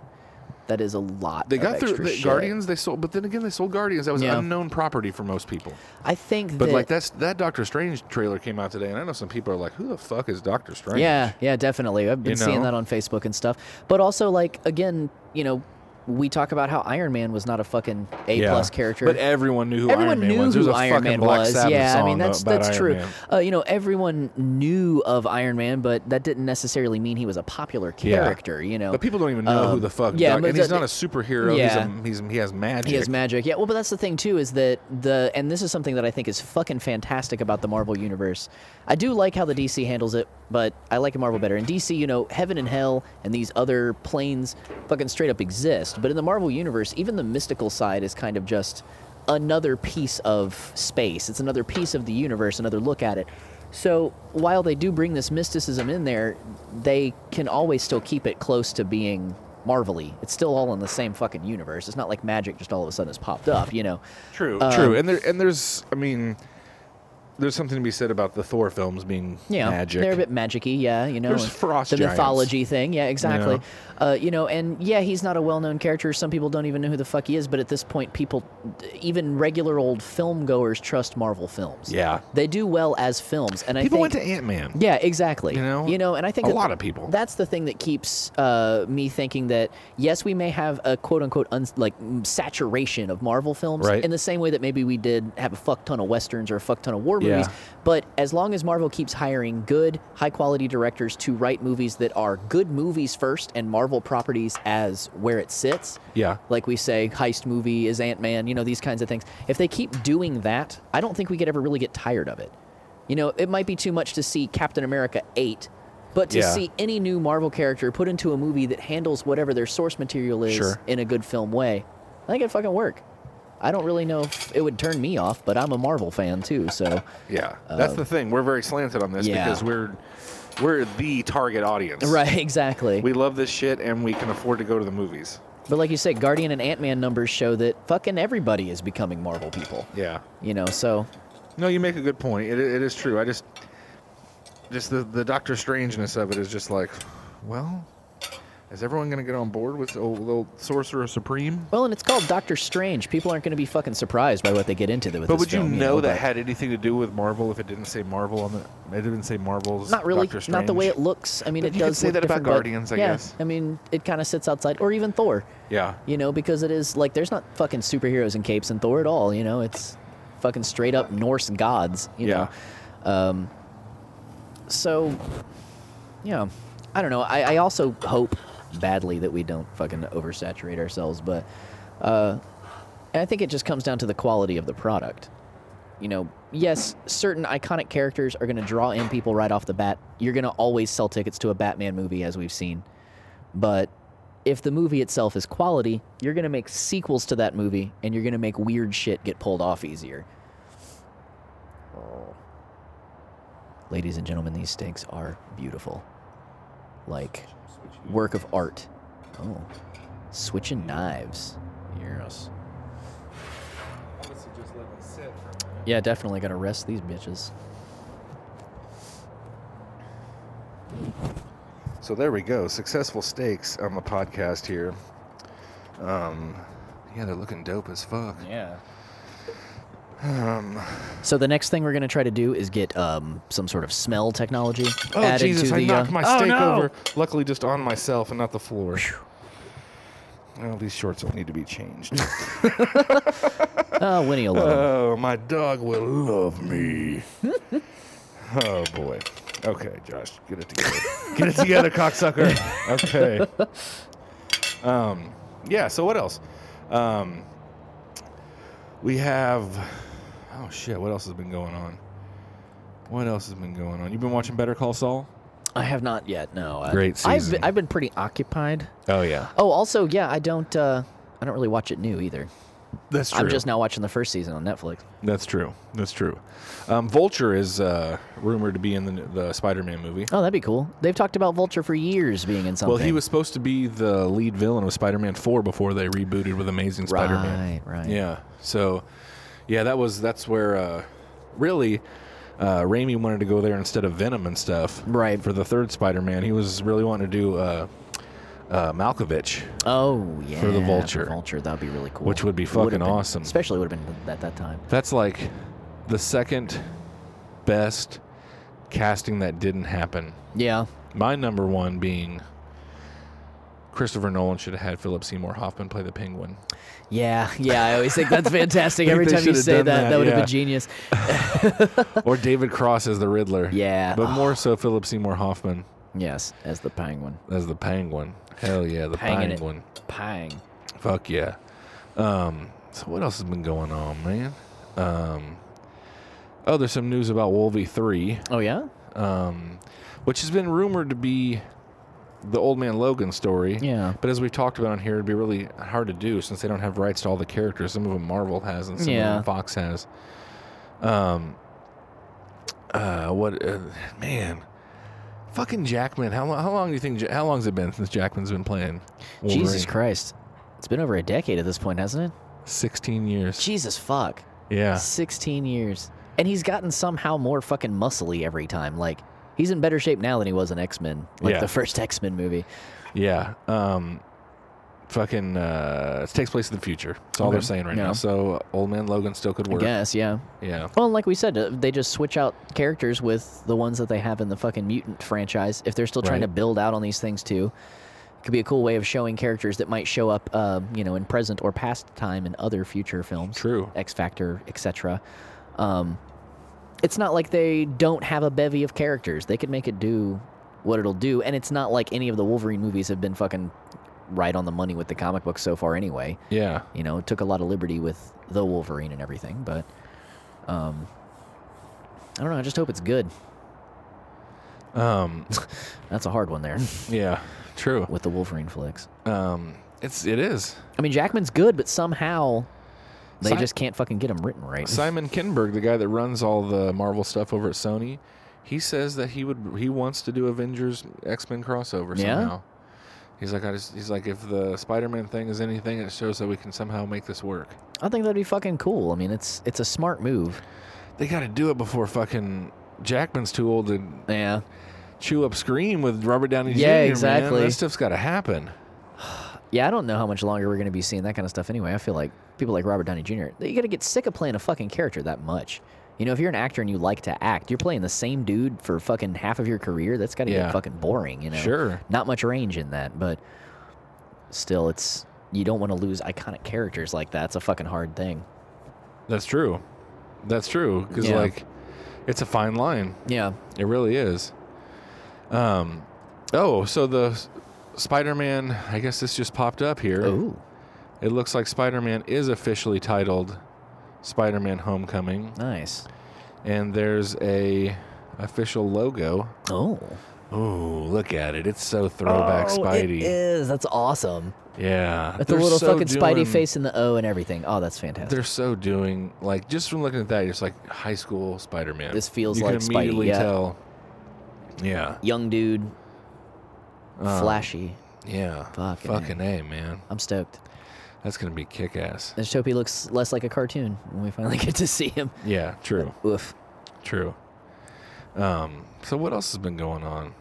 Speaker 3: that is a lot.
Speaker 2: They
Speaker 3: of
Speaker 2: got through
Speaker 3: extra
Speaker 2: the
Speaker 3: shit.
Speaker 2: Guardians. They sold, but then again, they sold Guardians. That was
Speaker 3: Yeah.
Speaker 2: unknown property for most people.
Speaker 3: I think
Speaker 2: But
Speaker 3: that
Speaker 2: like that's that Doctor Strange trailer came out today, and I know some people are like, "Who the fuck is Doctor Strange?"
Speaker 3: Yeah, yeah, definitely. I've been
Speaker 2: You
Speaker 3: seeing
Speaker 2: know?
Speaker 3: that on Facebook and stuff. But also, like again, you know, we talk about how Iron Man was not a fucking A
Speaker 2: Yeah.
Speaker 3: plus character.
Speaker 2: But everyone knew who
Speaker 3: everyone
Speaker 2: Iron Man
Speaker 3: knew
Speaker 2: was. There's
Speaker 3: who
Speaker 2: a
Speaker 3: Iron
Speaker 2: fucking
Speaker 3: Man
Speaker 2: Black
Speaker 3: was.
Speaker 2: Sabbath
Speaker 3: yeah, I
Speaker 2: song
Speaker 3: mean that's
Speaker 2: about
Speaker 3: that's
Speaker 2: Iron
Speaker 3: true.
Speaker 2: Man.
Speaker 3: Uh, you know, everyone knew of Iron Man, but that didn't necessarily mean he was a popular
Speaker 2: Yeah.
Speaker 3: character. You know,
Speaker 2: but people don't even know who
Speaker 3: Um,
Speaker 2: the fuck.
Speaker 3: yeah,
Speaker 2: Doc-
Speaker 3: but
Speaker 2: and he's
Speaker 3: the-
Speaker 2: not a superhero.
Speaker 3: yeah.
Speaker 2: He's, a, he's he has magic.
Speaker 3: He has magic. Yeah. Well, but that's the thing too is that the and this is something that I think is fucking fantastic about the Marvel universe. I do like how the DC handles it, but I like Marvel better. In DC, you know, heaven and hell and these other planes fucking straight up exist. But in the Marvel universe, even the mystical side is kind of just another piece of space. It's another piece of the universe, another look at it. So while they do bring this mysticism in there, they can always still keep it close to being marvelly. It's still all in the same fucking universe. It's not like magic just all of a sudden has popped up, you know.
Speaker 2: True,
Speaker 3: Um,
Speaker 2: true, and there and there's, I mean, there's something to be said about the Thor films being
Speaker 3: Yeah,
Speaker 2: magic.
Speaker 3: they're a bit magicy. Yeah, you know,
Speaker 2: There's
Speaker 3: and
Speaker 2: frost
Speaker 3: the
Speaker 2: giants.
Speaker 3: mythology thing. Yeah, exactly. Uh, you know, and yeah, he's not a well-known character. Some people don't even know who the fuck he is. But at this point, people, even regular old film goers, trust Marvel films.
Speaker 2: Yeah.
Speaker 3: they do well as films, and I
Speaker 2: People went
Speaker 3: think,
Speaker 2: to Ant Man.
Speaker 3: Yeah, exactly.
Speaker 2: You know?
Speaker 3: and I think
Speaker 2: A
Speaker 3: that-
Speaker 2: lot of people.
Speaker 3: That's the thing that keeps uh, me thinking that yes, we may have a quote unquote un- like mm, saturation of Marvel films
Speaker 2: Right.
Speaker 3: in the same way that maybe we did have a fuck ton of westerns or a fuck ton of war movies.
Speaker 2: Yeah.
Speaker 3: But as long as Marvel keeps hiring good, high quality directors to write movies that are good movies first and Marvel properties as where it sits,
Speaker 2: Yeah.
Speaker 3: like we say, heist movie is Ant Man, you know, these kinds of things. If they keep doing that, I don't think we could ever really get tired of it. You know, it might be too much to see Captain America 8, but to
Speaker 2: Yeah.
Speaker 3: see any new Marvel character put into a movie that handles whatever their source material is
Speaker 2: Sure.
Speaker 3: in a good film way, I think it'd fucking work. I don't really know if it would turn me off, but I'm a Marvel fan too, so.
Speaker 2: Yeah, that's the thing. We're very slanted on this
Speaker 3: Um, yeah.
Speaker 2: because we're we're the target audience.
Speaker 3: Right, exactly.
Speaker 2: We love this shit and we can afford to go to the movies.
Speaker 3: but like you said, Guardian and Ant Man numbers show that fucking everybody is becoming Marvel people.
Speaker 2: Yeah.
Speaker 3: You know, so
Speaker 2: No, you make a good point. It, it is true. I just just the the Doctor Strangeness of it is just like, well, is everyone going to get on board with the old, the old Sorcerer Supreme?
Speaker 3: Well, and it's called Doctor Strange. People aren't going to be fucking surprised by what they get into with
Speaker 2: But
Speaker 3: this
Speaker 2: would you
Speaker 3: film,
Speaker 2: know that
Speaker 3: but-
Speaker 2: had anything to do with Marvel if it didn't say Marvel on the? It didn't say Marvel's.
Speaker 3: Not really.
Speaker 2: Doctor Strange.
Speaker 3: Not the way it looks. I mean,
Speaker 2: But
Speaker 3: it
Speaker 2: you could
Speaker 3: does
Speaker 2: say
Speaker 3: look
Speaker 2: that about
Speaker 3: different, but-
Speaker 2: Guardians, I
Speaker 3: yeah,
Speaker 2: guess.
Speaker 3: I mean, it kind of sits outside, or even Thor.
Speaker 2: Yeah.
Speaker 3: You know, because it is like there's not fucking superheroes in capes in Thor at all. You know, it's fucking straight up Norse gods. You
Speaker 2: yeah.
Speaker 3: Know? So, yeah, I don't know. I, I also hope badly that we don't fucking oversaturate ourselves, but uh, and I think it just comes down to the quality of the product. You know, yes, certain iconic characters are going to draw in people right off the bat. You're going to always sell tickets to a Batman movie, as we've seen. But if the movie itself is quality, you're going to make sequels to that movie and you're going to make weird shit get pulled off easier. Ladies and gentlemen, these steaks are beautiful. Like work of art. Oh. Switching knives. Yes. Yeah, definitely gotta rest these bitches.
Speaker 2: So there we go. Successful stakes on the podcast here. Um, yeah, they're looking dope as fuck.
Speaker 5: Yeah.
Speaker 3: Um, So the next thing we're gonna try to do is get um, some sort of smell technology
Speaker 2: Oh,
Speaker 3: added to the. uh,
Speaker 2: my steak over. Luckily, just on myself and not the floor. Well, these shorts will need to be changed.
Speaker 3: oh, Winnie will love 'em.
Speaker 2: oh, my dog will love me. oh boy. Okay, Josh, get it together. get it together, cocksucker. Okay. Um, yeah. So what else? Um, we have. Oh shit! What else has been going on? What else has been going on? You've been watching Better Call Saul?
Speaker 3: I have not yet. No. I-
Speaker 2: Great
Speaker 3: I've
Speaker 2: season.
Speaker 3: been, I've been pretty occupied.
Speaker 2: Oh yeah,
Speaker 3: Oh, also, yeah, I don't. Uh, I don't really watch it new either.
Speaker 2: that's
Speaker 3: I'm just now watching the first season on Netflix.
Speaker 2: That's true. That's true. Um, Vulture is uh, rumored to be in the, the Spider-Man movie.
Speaker 3: Oh, that'd be cool. They've talked about Vulture for years being in something.
Speaker 2: Well, he was supposed to be the lead villain of Spider-Man 4 before they rebooted with Amazing
Speaker 3: right,
Speaker 2: Spider-Man.
Speaker 3: right.
Speaker 2: Yeah. So, yeah, that was that's where uh, really uh, Raimi wanted to go there instead of Venom and stuff.
Speaker 3: Right.
Speaker 2: For the third Spider-Man, he was really wanting to do uh, uh, Malkovich.
Speaker 3: Oh, yeah.
Speaker 2: the Vulture.
Speaker 3: Vulture, that'd be really cool.
Speaker 2: Which would be
Speaker 3: It would've
Speaker 2: fucking
Speaker 3: been-
Speaker 2: awesome.
Speaker 3: Especially would have been at that time.
Speaker 2: That's like the second best casting that didn't happen.
Speaker 3: Yeah.
Speaker 2: My number one being Christopher Nolan should have had Philip Seymour Hoffman play the Penguin.
Speaker 3: Yeah, yeah, I always think that's fantastic. Every
Speaker 2: they
Speaker 3: time you
Speaker 2: should've
Speaker 3: say
Speaker 2: done
Speaker 3: that,
Speaker 2: that,
Speaker 3: that, would have
Speaker 2: yeah.
Speaker 3: been genius.
Speaker 2: or David Cross as the Riddler.
Speaker 3: Yeah. Ah.
Speaker 2: But more so Philip Seymour Hoffman
Speaker 3: Yes, as the penguin.
Speaker 2: as the Penguin. Hell yeah, the
Speaker 3: Panging it.
Speaker 2: Penguin.
Speaker 3: Pang.
Speaker 2: Fuck yeah. Um, so what else has been going on, man? Um, oh, there's some news about Wolvie 3,
Speaker 3: Oh, yeah?
Speaker 2: um, which has been rumored to be the old man Logan story.
Speaker 3: Yeah.
Speaker 2: But as we've talked about on here, it'd be really hard to do since they don't have rights to all the characters. Some of them Marvel has, and some of
Speaker 3: Yeah.
Speaker 2: them Fox has. Um. Uh, what? Uh, man, fucking Jackman. How long? How long do you think? Ja- How long's it been since Jackman's been playing?
Speaker 3: Jesus
Speaker 2: Wolverine?
Speaker 3: Christ. It's been over a decade at this point, hasn't it?
Speaker 2: Sixteen years.
Speaker 3: Jesus fuck.
Speaker 2: Yeah.
Speaker 3: 16 years. And he's gotten somehow more fucking muscly every time. Like, he's in better shape now than he was in X Men, like
Speaker 2: Yeah.
Speaker 3: the first X Men movie.
Speaker 2: Yeah. Um, fucking. Uh, it takes place in the future. That's all they're saying right
Speaker 3: Yeah.
Speaker 2: now. So old man Logan still could
Speaker 3: I
Speaker 2: work.
Speaker 3: guess, yeah.
Speaker 2: Yeah.
Speaker 3: Well, like we said, uh, they just switch out characters with the ones that they have in the fucking mutant franchise. If they're still trying to
Speaker 2: Right.
Speaker 3: build out on these things too, it could be a cool way of showing characters that might show up, uh, you know, in present or past time in other future films.
Speaker 2: True.
Speaker 3: X Factor, etc. Um, it's not like they don't have a bevy of characters. They could make it do what it'll do, and it's not like any of the Wolverine movies have been fucking right on the money with the comic books so far. Anyway,
Speaker 2: Yeah.
Speaker 3: you know, it took a lot of liberty with the Wolverine and everything, but um, I don't know. I just hope it's good.
Speaker 2: Um,
Speaker 3: That's a hard one there
Speaker 2: yeah. True.
Speaker 3: with the Wolverine flicks.
Speaker 2: Um, it's it is
Speaker 3: I mean, Jackman's good, but somehow they
Speaker 2: Si-
Speaker 3: just can't fucking get him written right.
Speaker 2: Simon Kinberg, the guy that runs all the Marvel stuff over at Sony. He says that he would he wants to do Avengers X Men crossover
Speaker 3: Yeah?
Speaker 2: somehow. He's like I just he's like if the Spider Man thing is anything, it shows that we can somehow make this work.
Speaker 3: I think that'd be fucking cool. I mean, it's it's a smart move.
Speaker 2: They got to do it before fucking Jackman's too old to
Speaker 3: Yeah.
Speaker 2: chew up Scream with Robert Downey Jr.
Speaker 3: Yeah,
Speaker 2: man.
Speaker 3: exactly.
Speaker 2: That stuff's got to happen.
Speaker 3: Yeah, I don't know how much longer we're going to be seeing that kind of stuff anyway. I feel like people like Robert Downey Jr., you got to get sick of playing a fucking character that much. You know, if you're an actor and you like to act, you're playing the same dude for fucking half of your career. That's got to
Speaker 2: Yeah.
Speaker 3: get fucking boring, you know?
Speaker 2: Sure.
Speaker 3: Not much range in that, but still, it's. You don't want to lose iconic characters like that. It's a fucking hard thing.
Speaker 2: That's true. That's true because
Speaker 3: Yeah.
Speaker 2: like it's a fine line.
Speaker 3: Yeah.
Speaker 2: It really is. Um, oh, so the S- Spider-Man. I guess this just popped up here.
Speaker 3: Ooh.
Speaker 2: It looks like Spider-Man is officially titled Spider-Man: Homecoming,
Speaker 3: Nice.
Speaker 2: and there's a official logo.
Speaker 3: Oh.
Speaker 2: Oh, look at it! It's so throwback Spidey.
Speaker 3: It is. That's awesome.
Speaker 2: Yeah,
Speaker 3: With
Speaker 2: they're
Speaker 3: the little
Speaker 2: so
Speaker 3: fucking Spidey
Speaker 2: doing-
Speaker 3: face and the O and everything. Oh, that's fantastic.
Speaker 2: They're so doing like just from looking at that, it's like high school Spider-Man.
Speaker 3: This feels
Speaker 2: you
Speaker 3: like
Speaker 2: can
Speaker 3: Spidey,
Speaker 2: immediately
Speaker 3: yeah.
Speaker 2: tell. Yeah,
Speaker 3: Young dude.
Speaker 2: Um,
Speaker 3: Uh. flashy.
Speaker 2: yeah,
Speaker 3: Fucking A.
Speaker 2: fucking a man.
Speaker 3: I'm stoked.
Speaker 2: That's gonna be kick ass.
Speaker 3: And Shopee looks less like a cartoon when we finally get to see him.
Speaker 2: Yeah, true,
Speaker 3: Oof.
Speaker 2: true. Um, so what else has been going on?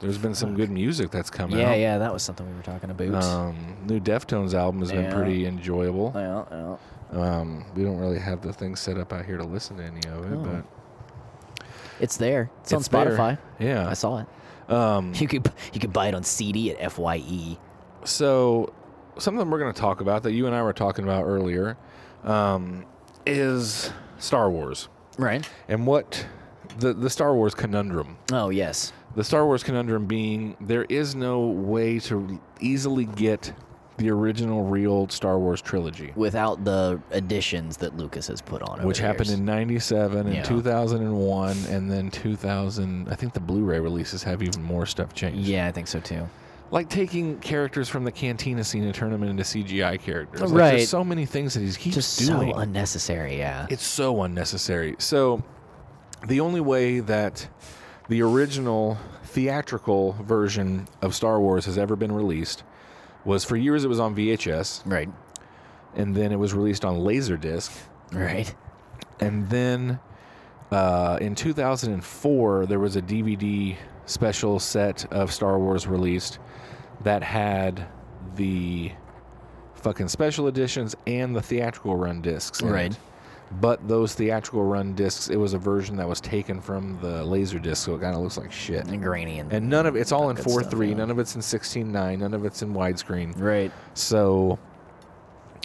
Speaker 2: There's been some good music that's come
Speaker 3: Yeah,
Speaker 2: out.
Speaker 3: yeah, that was something we were talking about.
Speaker 2: Um, new Deftones album has been
Speaker 3: Yeah.
Speaker 2: pretty enjoyable.
Speaker 3: yeah, yeah.
Speaker 2: Um, we don't really have the thing set up out here to listen to any of it,
Speaker 3: Oh.
Speaker 2: but
Speaker 3: It's there. It's,
Speaker 2: it's
Speaker 3: on
Speaker 2: there.
Speaker 3: Spotify.
Speaker 2: Yeah,
Speaker 3: I saw it.
Speaker 2: um,
Speaker 3: You could you could buy it on CD at E. Fye.
Speaker 2: so something we're going to talk about that you and I were talking about earlier um, is Star Wars
Speaker 3: Right.
Speaker 2: and what the the Star Wars conundrum.
Speaker 3: Oh yes.
Speaker 2: The Star Wars conundrum being there is no way to easily get the original real Star Wars trilogy,
Speaker 3: Without the additions that Lucas has put on, over
Speaker 2: which
Speaker 3: the
Speaker 2: happened
Speaker 3: years.
Speaker 2: in 97 and
Speaker 3: Yeah.
Speaker 2: 2001 and then 2000 I think the Blu-ray releases have even more stuff changed.
Speaker 3: Yeah, I think so too.
Speaker 2: Like taking characters from the cantina scene and turning them into CGI characters. Like,
Speaker 3: Right.
Speaker 2: There's so many things that he keeps
Speaker 3: Just
Speaker 2: doing.
Speaker 3: so unnecessary. Yeah.
Speaker 2: It's so unnecessary. So, the only way that the original theatrical version of Star Wars has ever been released was for years it was on VHS,
Speaker 3: right.
Speaker 2: and then it was released on Laserdisc,
Speaker 3: Right.
Speaker 2: and then uh, in 2004 there was a DVD special set of Star Wars released that had the fucking special editions and the theatrical run discs. in it.
Speaker 3: Right.
Speaker 2: But those theatrical run discs, it was a version that was taken from the laser disc, so it kind of looks like shit.
Speaker 3: And grainy and,
Speaker 2: And none of it's all in
Speaker 3: Good
Speaker 2: four
Speaker 3: stuff,
Speaker 2: three,
Speaker 3: yeah.
Speaker 2: none of it's in sixteen nine, none of it's in widescreen.
Speaker 3: right.
Speaker 2: So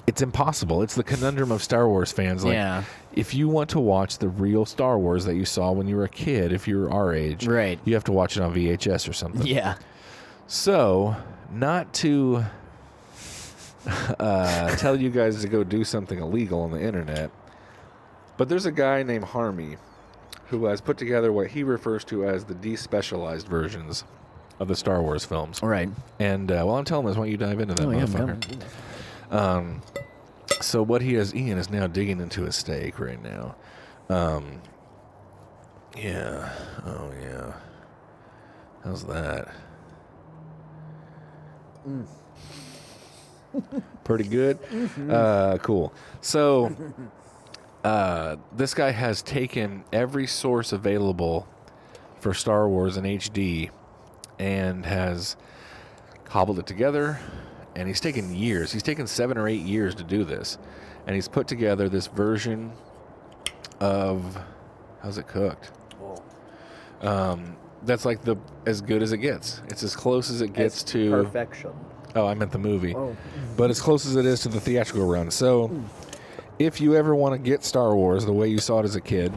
Speaker 2: it's impossible. It's the conundrum of Star Wars fans. Like,
Speaker 3: Yeah.
Speaker 2: if you want to watch the real Star Wars that you saw when you were a kid, if you were our age,
Speaker 3: Right.
Speaker 2: you have to watch it on VHS or something.
Speaker 3: Yeah.
Speaker 2: So, not to uh, tell you guys to go do something illegal on the internet, but there's a guy named Harmy who has put together what he refers to as the despecialized versions of the Star Wars films.
Speaker 5: All right.
Speaker 2: And uh, while I'm telling this, why don't you dive into that
Speaker 5: Oh, yeah,
Speaker 2: motherfucker? Um, so what he has, Ian is now digging into his steak right now. Um, yeah. Oh yeah. How's that? Pretty good. Uh, cool. So uh, this guy has taken every source available for Star Wars in HD and has cobbled it together. And he's taken years. He's taken seven or eight years to do this. And he's put together this version of how's it cooked? Um, that's like the as good as it gets. It's as close as it gets to
Speaker 3: perfection.
Speaker 2: Oh, I meant the movie. But as close as it is to the theatrical run. So, if you ever want to get Star Wars the way you saw it as a kid,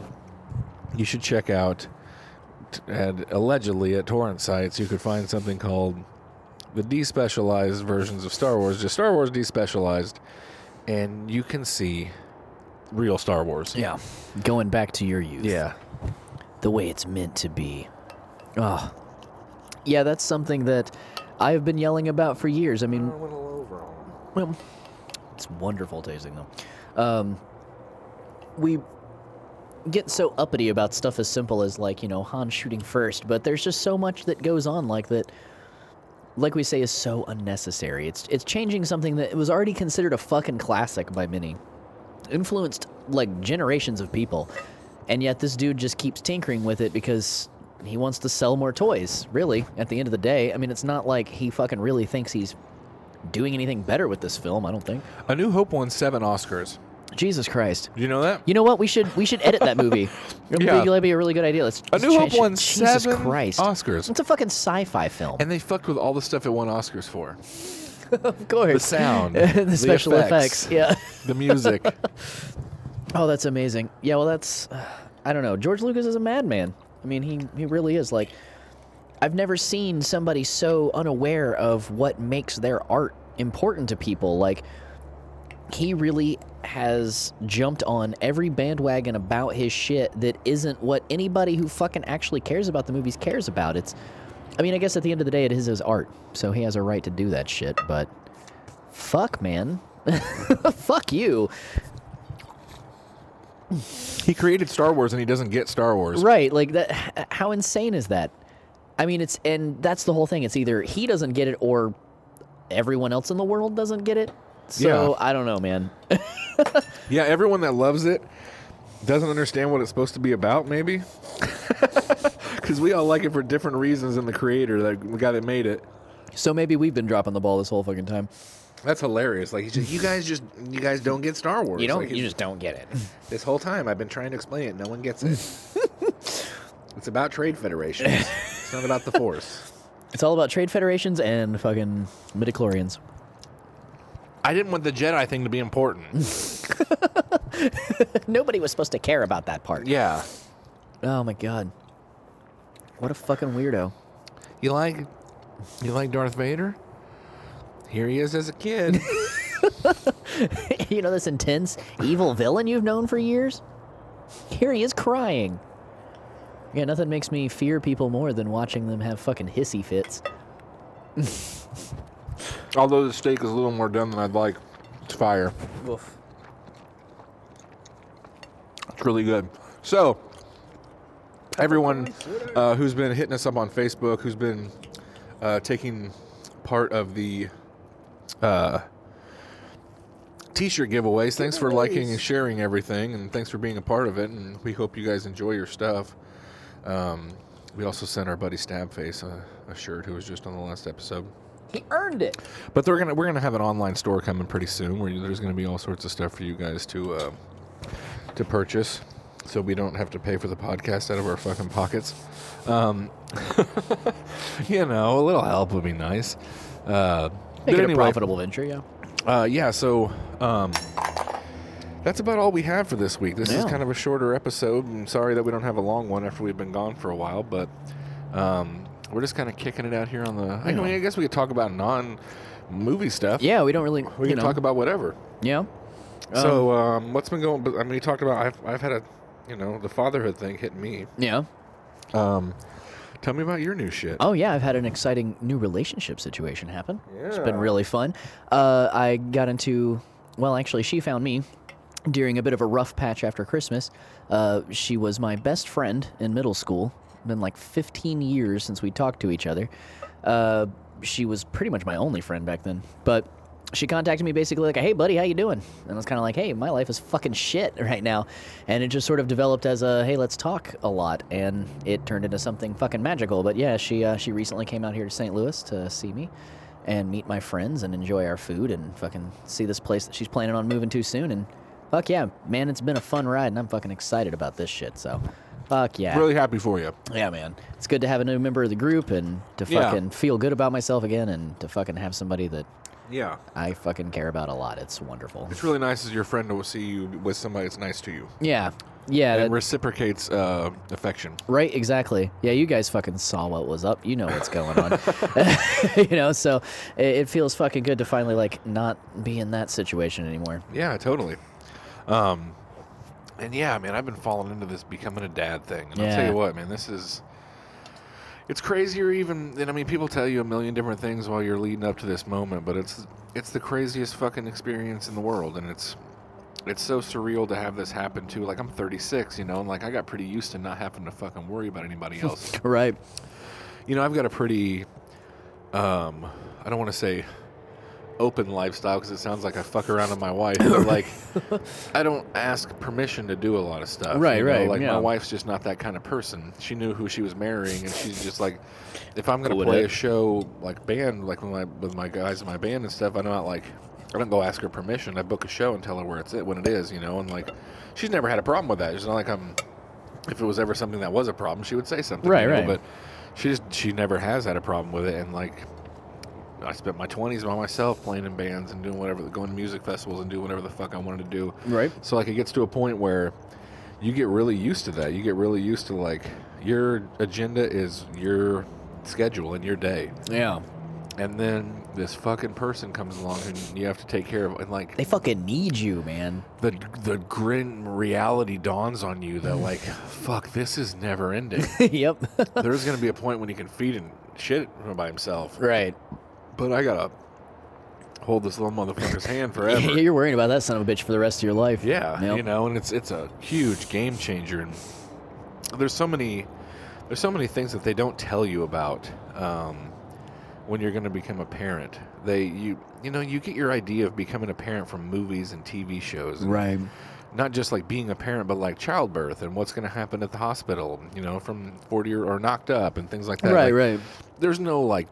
Speaker 2: you should check out. t- At, allegedly, at torrent sites, you could find something called the despecialized versions of Star Wars, just Star Wars despecialized, and you can see real Star Wars.
Speaker 5: Yeah. Going back to your youth.
Speaker 2: Yeah.
Speaker 5: The way it's meant to be.
Speaker 3: Ah.
Speaker 5: Oh. Yeah, that's something that I have been yelling about for years. I mean, well,
Speaker 3: It's wonderful tasting though. Um, we get so uppity about stuff as simple as like you know Han shooting first, but there's just so much that goes on like that. Like we say, is so unnecessary. It's it's changing something that was already considered a fucking classic by many, influenced like generations of people, and yet this dude just keeps tinkering with it because he wants to sell more toys. Really, at the end of the day, I mean, it's not like he fucking really thinks he's doing anything better with this film. I don't think.
Speaker 2: A New Hope won seven Oscars.
Speaker 3: Jesus Christ.
Speaker 2: Did you know that?
Speaker 3: You know what? We should we should edit that movie.
Speaker 2: Yeah.
Speaker 3: yeah. That'd be a really good idea. Let's,
Speaker 2: A
Speaker 3: let's
Speaker 2: New Hope
Speaker 3: change it.
Speaker 2: won
Speaker 3: Jesus
Speaker 2: seven
Speaker 3: Christ.
Speaker 2: Oscars.
Speaker 3: It's a fucking sci-fi film.
Speaker 2: And they fucked with all the stuff it won Oscars for.
Speaker 3: of course.
Speaker 2: The sound,
Speaker 3: the special effects. Yeah.
Speaker 2: the music.
Speaker 3: Oh, that's amazing. Yeah, well that's I don't know. George Lucas is a madman. I mean, he he really is like I've never seen somebody so unaware of what makes their art important to people. Like he really has jumped on every bandwagon about his shit that isn't what anybody who fucking actually cares about the movies cares about. It's I mean, I guess at the end of the day it is his art. So he has a right to do that shit, but fuck, man. fuck you.
Speaker 2: he created Star Wars and he doesn't get Star Wars.
Speaker 3: Right, like that. h- How insane is that? I mean, it's and that's the whole thing. It's either he doesn't get it or everyone else in the world doesn't get it. So
Speaker 2: Yeah.
Speaker 3: I don't know, man.
Speaker 2: Yeah, everyone that loves it doesn't understand what it's supposed to be about, maybe. Because we all like it for different reasons than the creator, that the guy that made it.
Speaker 3: So maybe we've been dropping the ball this whole fucking time.
Speaker 2: That's hilarious. Like, he's just, you guys just, you guys don't get Star Wars.
Speaker 3: You don't.
Speaker 2: Like,
Speaker 3: you
Speaker 2: it's-
Speaker 3: just don't get it.
Speaker 2: This whole time, I've been trying to explain it. No one gets it. it's about trade federations. It's not about the Force.
Speaker 3: It's all about trade federations and fucking midichlorians.
Speaker 2: I didn't want the Jedi thing to be important.
Speaker 3: Nobody was supposed to care about that part.
Speaker 2: yeah.
Speaker 3: Oh my god. What a fucking weirdo.
Speaker 2: You like you like Darth Vader? Here he is as a kid.
Speaker 3: you know this intense evil villain you've known for years? Here he is crying. Yeah, nothing makes me fear people more than watching them have fucking hissy fits.
Speaker 2: Although the steak is a little more done than I'd like. It's fire. It's really good. So, everyone uh, who's been hitting us up on Facebook, who's been uh, taking part of the uh, t-shirt giveaways, thanks for liking and sharing everything, and thanks for being a part of it. And we hope you guys enjoy your stuff. Um, we also sent our buddy Stabface a, a shirt, who was just on the last episode.
Speaker 3: He earned it.
Speaker 2: But they're gonna we're gonna have an online store coming pretty soon where there's gonna be all sorts of stuff for you guys to uh, to purchase, so we don't have to pay for the podcast out of our fucking pockets. Um, you know, a little help would be nice. Uh, but
Speaker 3: Make it a
Speaker 2: anyway,
Speaker 3: profitable venture, yeah.
Speaker 2: uh, yeah. So um, that's about all we have for this week. This is
Speaker 3: Yeah.
Speaker 2: kind of a shorter episode. I'm sorry that we don't have a long one after we've been gone for a while, but um, we're just kind of kicking it out here on the. I mean, I guess we could talk about non movie stuff.
Speaker 3: Yeah, we don't really
Speaker 2: We
Speaker 3: you
Speaker 2: can
Speaker 3: know.
Speaker 2: talk about whatever.
Speaker 3: yeah.
Speaker 2: so, um, what's been going? but, I mean, we talked about I've, I've had a, you know, the fatherhood thing hit me.
Speaker 3: Yeah.
Speaker 2: Um, Tell me about your new shit.
Speaker 3: Oh yeah, I've had an exciting new relationship situation happen. It's been
Speaker 2: Yeah.
Speaker 3: really fun. Uh, I got into well, actually, she found me during a bit of a rough patch after Christmas. Uh, she was my best friend in middle school. Been like 15 years since we talked to each other. Uh, she was pretty much my only friend back then, but. She contacted me basically like, "Hey, buddy, how you doing?" And I was kind of like, "Hey, my life is fucking shit right now," and it just sort of developed as a, "Hey, let's talk a lot," and it turned into something fucking magical. But yeah, she uh, she recently came out here to St. Louis to see me, and meet my friends and enjoy our food and fucking see this place that she's planning on moving to soon. And fuck yeah, man, it's been a fun ride and I'm fucking excited about this shit. So fuck yeah.
Speaker 2: Really happy for you.
Speaker 3: Yeah, man. It's good to have a new member of the group and to
Speaker 2: Yeah.
Speaker 3: fucking feel good about myself again and to fucking have somebody that
Speaker 2: Yeah.
Speaker 3: I fucking care about a lot. It's wonderful.
Speaker 2: It's really nice as your friend to see you with somebody that's nice to you.
Speaker 3: Yeah. Yeah.
Speaker 2: And
Speaker 3: that-
Speaker 2: reciprocates uh, affection.
Speaker 3: Right, exactly. Yeah, you guys fucking saw what was up. You know what's going on. you know, so it, it feels fucking good to finally like not be in that situation anymore.
Speaker 2: Yeah, totally. Um, and yeah, man, I've been falling into this becoming a dad thing, and I'll tell
Speaker 3: Yeah.
Speaker 2: you what, man, this is. It's crazier even than I mean people tell you a million different things while you're leading up to this moment, but it's it's the craziest fucking experience in the world and it's it's so surreal to have this happen too. Like I'm 36, you know, and like I got pretty used to not having to fucking worry about anybody else.
Speaker 3: Right.
Speaker 2: you know, I've got a pretty, um, I don't want to say open lifestyle because it sounds like I fuck around with my wife, but like, I don't ask permission to do a lot of stuff.
Speaker 3: Right,
Speaker 2: you know?
Speaker 3: right,
Speaker 2: Like,
Speaker 3: yeah.
Speaker 2: my wife's just not that kind of person. She knew who she was marrying, and she's just like, if I'm going
Speaker 3: Cool
Speaker 2: to
Speaker 3: with
Speaker 2: play
Speaker 3: it.
Speaker 2: a show, like band, like with my, with my guys in my band and stuff, I'm not like, I don't go ask her permission. I book a show and tell her where it's at when it is, you know, and like, she's never had a problem with that. It's not like I'm if it was ever something that was a problem, she would say something.
Speaker 3: Right,
Speaker 2: you know,
Speaker 3: right.
Speaker 2: But she just she never has had a problem with it, and like I spent my twenties by myself playing in bands and doing whatever, going to music festivals and doing whatever the fuck I wanted to do.
Speaker 3: Right.
Speaker 2: So like it gets to a point where you get really used to that. You get really used to like your agenda is your schedule and your day,
Speaker 3: Yeah.
Speaker 2: and then this fucking person comes along and you have to take care of and like
Speaker 3: They fucking need you, man.
Speaker 2: the the grim reality dawns on you that like fuck this is never ending.
Speaker 3: yep.
Speaker 2: there's going to be a point when he can feed and shit by himself.
Speaker 3: right.
Speaker 2: But I gotta hold this little motherfucker's hand forever.
Speaker 3: You're worrying about that son of a bitch for the rest of your life.
Speaker 2: yeah,
Speaker 3: Yep.
Speaker 2: you know, and it's it's a huge game changer. And there's so many there's so many things that they don't tell you about um, when you're going to become a parent. They you you know you get your idea of becoming a parent from movies and TV shows. and
Speaker 3: Right.
Speaker 2: not just like being a parent, but like childbirth and what's going to happen at the hospital, you know, from 40 or, or knocked up and things like that.
Speaker 3: Right,
Speaker 2: Like,
Speaker 3: right.
Speaker 2: There's no like,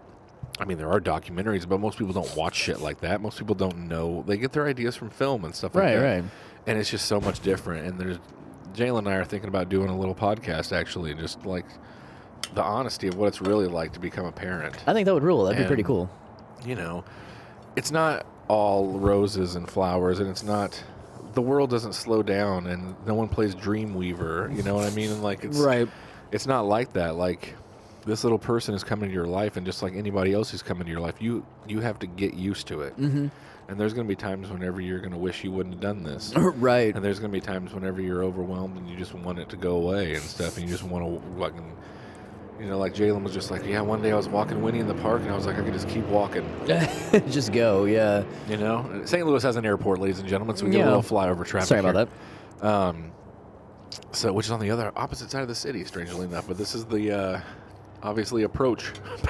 Speaker 2: I mean, there are documentaries, but most people don't watch shit like that. Most people don't know. They get their ideas from film and stuff like
Speaker 3: Right,
Speaker 2: that.
Speaker 3: right.
Speaker 2: And it's just so much different. And there's, Jalen and I are thinking about doing a little podcast actually, and just like the honesty of what it's really like to become a parent
Speaker 3: I think that would rule. That'd be pretty
Speaker 2: And-
Speaker 3: cool.
Speaker 2: you know, it's not all roses and flowers, and it's not the world doesn't slow down, and no one plays Dreamweaver. You know what I mean? And like, it's
Speaker 3: Right.
Speaker 2: It's not like that. Like, this little person is coming to your life, and just like anybody else who's coming to your life, you you have to get used to it. Mm-hmm. And there's going to be times whenever you're going to wish you wouldn't have done this.
Speaker 3: right.
Speaker 2: And there's going to be times whenever you're overwhelmed and you just want it to go away and stuff, and you just want to fucking, you know, like Jalen was just like, yeah, one day I was walking Winnie in the park, and I was like, I could just keep walking.
Speaker 3: Just go, yeah.
Speaker 2: You know, St. Louis has an airport, ladies and gentlemen, so we get
Speaker 3: Yeah.
Speaker 2: a little flyover traffic.
Speaker 3: Sorry about
Speaker 2: here.
Speaker 3: that.
Speaker 2: So, which is on the other opposite side of the city, strangely enough. But this is the uh, obviously approach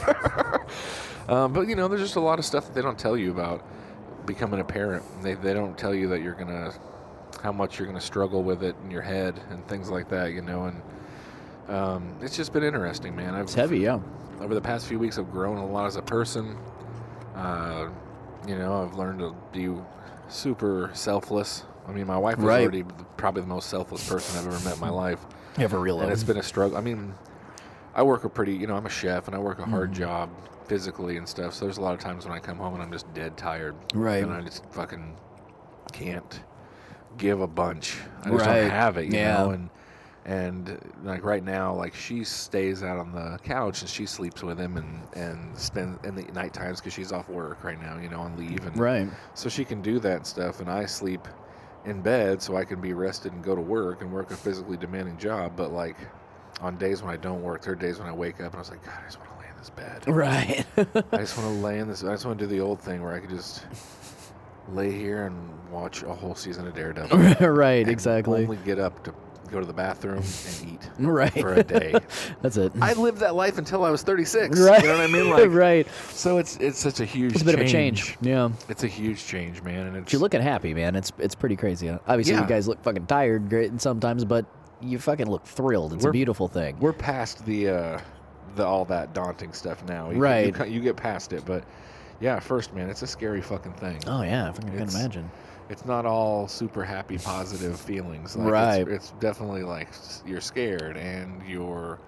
Speaker 2: path. um, but you know, there's just a lot of stuff that they don't tell you about becoming a parent. They they don't tell you that you're gonna how much you're gonna struggle with it in your head and things like that. You know, and um, it's just been interesting, man. I've,
Speaker 3: It's heavy, yeah.
Speaker 2: over the past few weeks i've grown a lot as a person uh, you know i've learned to be super selfless i mean my wife was
Speaker 3: Right.
Speaker 2: already probably the most selfless person i've ever met in my life
Speaker 3: You have a real
Speaker 2: and it's
Speaker 3: life.
Speaker 2: been a struggle i mean i work a pretty you know i'm a chef and i work a hard
Speaker 3: Mm-hmm.
Speaker 2: job physically and stuff so there's a lot of times when i come home and i'm just dead tired
Speaker 3: Right.
Speaker 2: and i just fucking can't give a bunch i just
Speaker 3: Right.
Speaker 2: don't have it you
Speaker 3: Yeah.
Speaker 2: know and and like right now like she stays out on the couch and she sleeps with him and and spend in the night times because she's off work right now you know on leave and
Speaker 3: Right.
Speaker 2: so she can do that and stuff and i sleep in bed so i can be rested and go to work and work a physically demanding job but like on days when I don't work. There are days when I wake up and I was like, God, I just want to lay in this bed.
Speaker 3: Right.
Speaker 2: I just want to lay in this. I just want to do the old thing where I could just lay here and watch a whole season of Daredevil.
Speaker 3: right,
Speaker 2: and
Speaker 3: exactly.
Speaker 2: Only get up to go to the bathroom and eat
Speaker 3: Right.
Speaker 2: for a day.
Speaker 3: That's it.
Speaker 2: I lived that life until I was 36.
Speaker 3: Right.
Speaker 2: You know what I mean? Like,
Speaker 3: right.
Speaker 2: So it's it's such a huge.
Speaker 3: It's a bit of a change. Yeah.
Speaker 2: It's a huge change, man. And it's
Speaker 3: You're looking happy, man. It's it's pretty crazy. Obviously,
Speaker 2: Yeah.
Speaker 3: you guys look fucking tired great sometimes, but you fucking look thrilled. It's
Speaker 2: We're-
Speaker 3: a beautiful thing.
Speaker 2: we're past the uh, the all that daunting stuff now. You-
Speaker 3: Right.
Speaker 2: You, you get past it, but yeah, at first, man, it's a scary fucking thing.
Speaker 3: Oh yeah, I fucking can
Speaker 2: It's-
Speaker 3: imagine.
Speaker 2: It's not all super happy, positive feelings. Like,
Speaker 3: Right.
Speaker 2: It's, it's definitely like s- you're scared and you're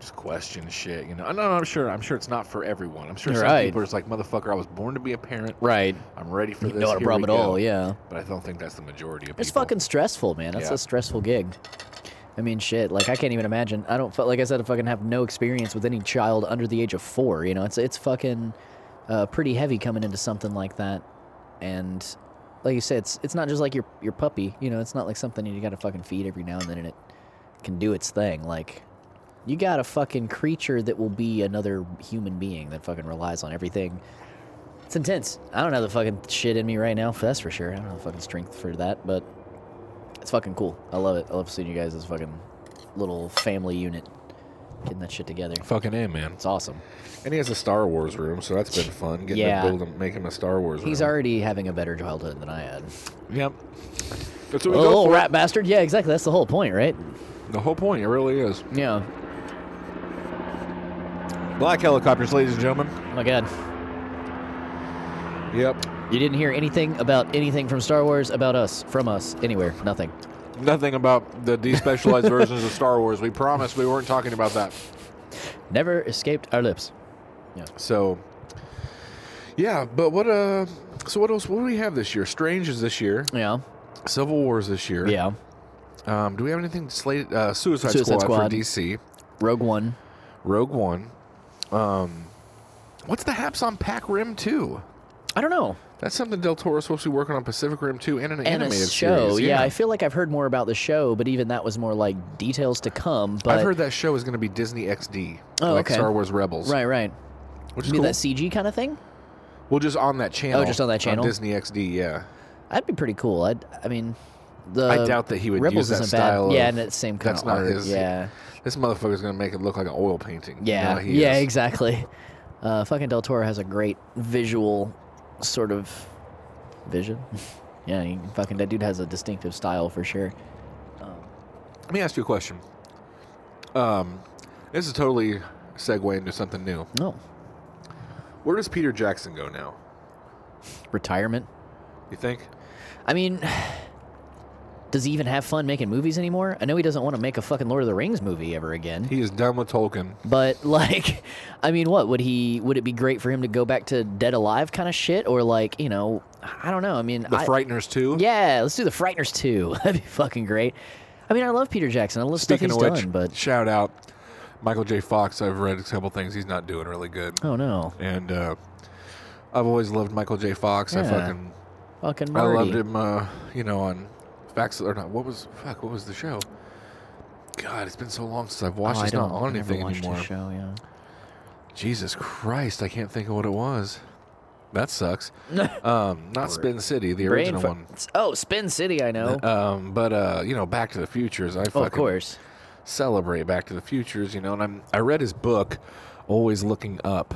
Speaker 2: just question shit. You know. No, I'm sure. I'm sure it's not for everyone. I'm sure some
Speaker 3: Right.
Speaker 2: people are just like, motherfucker, I was born to be a parent.
Speaker 3: Right.
Speaker 2: I'm ready for this.
Speaker 3: Not a
Speaker 2: here we
Speaker 3: problem at
Speaker 2: go."
Speaker 3: all. Yeah.
Speaker 2: But I don't think that's the majority of people.
Speaker 3: It's fucking stressful, man. That's
Speaker 2: Yeah.
Speaker 3: a stressful gig. I mean, shit. Like I can't even imagine. I don't. feel Like I said, I fucking have no experience with any child under the age of four. You know, it's it's fucking uh, pretty heavy coming into something like that. And like you said, it's it's not just like your your puppy. You know, it's not like something you got to fucking feed every now and then, and it can do its thing. Like you got a fucking creature that will be another human being that fucking relies on everything. It's intense. I don't have the fucking shit in me right now, for that's for sure. I don't have the fucking strength for that, but it's fucking cool. I love it. I love seeing you guys as fucking little family unit getting that shit together.
Speaker 2: Fucking a man.
Speaker 3: It's awesome.
Speaker 2: And he has a Star Wars room, so that's been fun. Getting
Speaker 3: Yeah.
Speaker 2: to build him, make him a Star Wars room.
Speaker 3: He's already having a better childhood than I had.
Speaker 2: Yep. That's what we
Speaker 3: A
Speaker 2: go
Speaker 3: little
Speaker 2: for.
Speaker 3: rat bastard. Yeah, exactly. That's the whole point, right?
Speaker 2: The whole point, it really is.
Speaker 3: Yeah.
Speaker 2: Black helicopters, ladies and gentlemen.
Speaker 3: Oh my god.
Speaker 2: Yep.
Speaker 3: You didn't hear anything about anything from Star Wars about us, from us, anywhere, nothing.
Speaker 2: Nothing about the despecialized versions of Star Wars. We promised we weren't talking about that.
Speaker 3: Never escaped our lips.
Speaker 2: So, yeah, but what uh, so what else? What do we have this year? Strange is this year.
Speaker 3: Yeah.
Speaker 2: Civil Wars this year.
Speaker 3: Yeah.
Speaker 2: Um, do we have anything slated? Uh, Suicide,
Speaker 3: Suicide
Speaker 2: Squad,
Speaker 3: Squad.
Speaker 2: for DC.
Speaker 3: Rogue One.
Speaker 2: Rogue One. Um, what's the haps on Pac Rim Two?
Speaker 3: I don't know.
Speaker 2: That's something Del Toro's supposed to be working on Pacific Rim Two and an
Speaker 3: And a
Speaker 2: animated
Speaker 3: show.
Speaker 2: series.
Speaker 3: yeah. I feel like I've heard more about the show, but even that was more like details to come. But
Speaker 2: I've heard that show is going to be Disney XD,
Speaker 3: Oh,
Speaker 2: like
Speaker 3: okay.
Speaker 2: Star Wars Rebels,
Speaker 3: Right, right.
Speaker 2: Which is
Speaker 3: Be
Speaker 2: cool.
Speaker 3: that CG kind of thing?
Speaker 2: Well, just on that channel.
Speaker 3: Oh, just on that channel?
Speaker 2: Disney XD. Yeah.
Speaker 3: That'd be pretty cool. I, I mean, the
Speaker 2: I doubt that he would use
Speaker 3: Rebels
Speaker 2: that
Speaker 3: isn't
Speaker 2: style
Speaker 3: Bad. yeah,
Speaker 2: of-
Speaker 3: and it's same kind
Speaker 2: that's
Speaker 3: of
Speaker 2: not
Speaker 3: art.
Speaker 2: his-
Speaker 3: Yeah,
Speaker 2: This motherfucker's gonna make it look like an oil painting. You
Speaker 3: yeah,
Speaker 2: know he
Speaker 3: yeah.
Speaker 2: is.
Speaker 3: Exactly. Uh, fucking Del Toro has a great visual sort of vision. yeah, he, fucking that dude has a distinctive style for sure.
Speaker 2: Let me ask you a question. Um, this is totally segue into something new.
Speaker 3: No
Speaker 2: Where does Peter Jackson go now?
Speaker 3: retirement.
Speaker 2: You think?
Speaker 3: I mean, does he even have fun making movies anymore? I know he doesn't want to make a fucking Lord of the Rings movie ever again.
Speaker 2: He is done with Tolkien.
Speaker 3: But like, I mean, what would he? Would it be great for him to go back to Dead Alive kind of shit, or like, you know, I don't know. I mean,
Speaker 2: The
Speaker 3: I-
Speaker 2: Frighteners too.
Speaker 3: yeah, let's do the Frighteners too. That'd be fucking great. I mean, I love Peter Jackson. I love
Speaker 2: Speaking
Speaker 3: stuff
Speaker 2: of
Speaker 3: he's
Speaker 2: which,
Speaker 3: done, but
Speaker 2: shout out Michael J. Fox. I've read a couple things. He's not doing really good.
Speaker 3: oh no,
Speaker 2: And uh, I've always loved Michael J. Fox. I
Speaker 3: Yeah.
Speaker 2: fucking
Speaker 3: fucking
Speaker 2: I
Speaker 3: Marty.
Speaker 2: loved him, uh, you know, on Facts or not. What was fuck? What was the show? God, it's been so long since I've
Speaker 3: Oh,
Speaker 2: watched.
Speaker 3: I
Speaker 2: it's not
Speaker 3: don't
Speaker 2: on
Speaker 3: I never
Speaker 2: anything
Speaker 3: watched his
Speaker 2: anymore.
Speaker 3: Show, yeah.
Speaker 2: Jesus Christ, I can't think of what it was. That sucks. um, not Spin City, the
Speaker 3: Brain
Speaker 2: original
Speaker 3: fu-
Speaker 2: one.
Speaker 3: oh, Spin City, I know.
Speaker 2: Um, but uh, you know, Back to the Futures. I fucking
Speaker 3: oh, of course.
Speaker 2: celebrate Back to the Futures. You know, and I'm I read his book, Always Looking Up,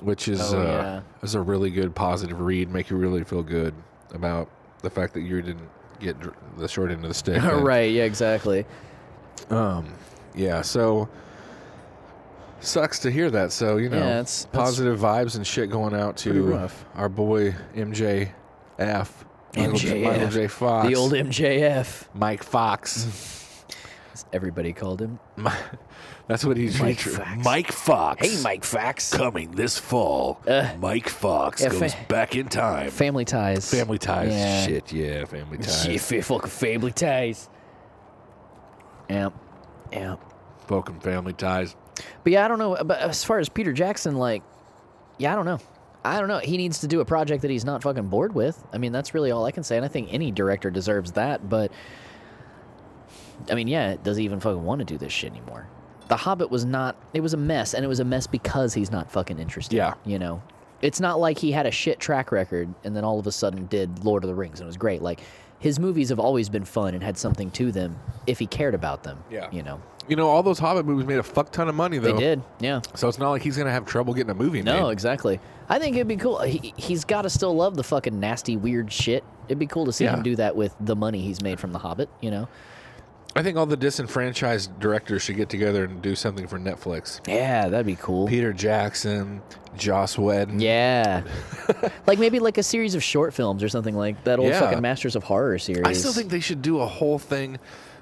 Speaker 2: which is
Speaker 3: Oh,
Speaker 2: uh,
Speaker 3: yeah.
Speaker 2: is a really good positive read. Make you really feel good about the fact that you didn't get dr- the short end of the stick. and-
Speaker 3: right. Yeah. Exactly.
Speaker 2: Yeah, so sucks to hear that. So, you know,
Speaker 3: Yeah, it's- that's
Speaker 2: positive vibes and shit going out to
Speaker 3: rough.
Speaker 2: our boy MJF. Michael J,
Speaker 3: MJF.
Speaker 2: Michael J. Fox.
Speaker 3: The old MJF.
Speaker 2: Mike Fox.
Speaker 3: as Everybody called him.
Speaker 2: Mi- That's what he's
Speaker 3: Mike
Speaker 2: featuring.
Speaker 3: Fox.
Speaker 2: Mike Fox.
Speaker 3: Hey, Mike Fax.
Speaker 2: Coming this fall, Mike Fox
Speaker 3: yeah,
Speaker 2: goes
Speaker 3: fa-
Speaker 2: back in time.
Speaker 3: Family ties.
Speaker 2: family ties.
Speaker 3: Yeah.
Speaker 2: Shit, yeah, family ties.
Speaker 3: Shit, fa- fucking family ties. Yeah, yeah.
Speaker 2: Fucking family ties.
Speaker 3: But yeah, I don't know. But as far as Peter Jackson, like, yeah, I don't know. I don't know. He needs to do a project that he's not fucking bored with. I mean, that's really all I can say. And I think any director deserves that. But I mean, yeah, does he even fucking want to do this shit anymore? The Hobbit was not. It was a mess, and it was a mess because he's not fucking interested.
Speaker 2: Yeah.
Speaker 3: You know, it's not like he had a shit track record and then all of a sudden did Lord of the Rings and it was great. Like his movies have always been fun and had something to them if he cared about them.
Speaker 2: Yeah.
Speaker 3: You know,
Speaker 2: You know, all those Hobbit movies made a fuck ton of money, though.
Speaker 3: they did. Yeah.
Speaker 2: So it's not like he's gonna have trouble getting a movie
Speaker 3: No,
Speaker 2: made.
Speaker 3: exactly. I think it'd be cool. He, he's got to still love the fucking nasty, weird shit. It'd be cool to see
Speaker 2: Yeah.
Speaker 3: him do that with the money he's made from The Hobbit, you know?
Speaker 2: I think all the disenfranchised directors should get together and do something for Netflix.
Speaker 3: Yeah, that'd be cool.
Speaker 2: Peter Jackson, Joss Whedon.
Speaker 3: Yeah. like maybe like a series of short films or something like that old
Speaker 2: Yeah.
Speaker 3: fucking Masters of Horror series.
Speaker 2: I still think they should do a whole thing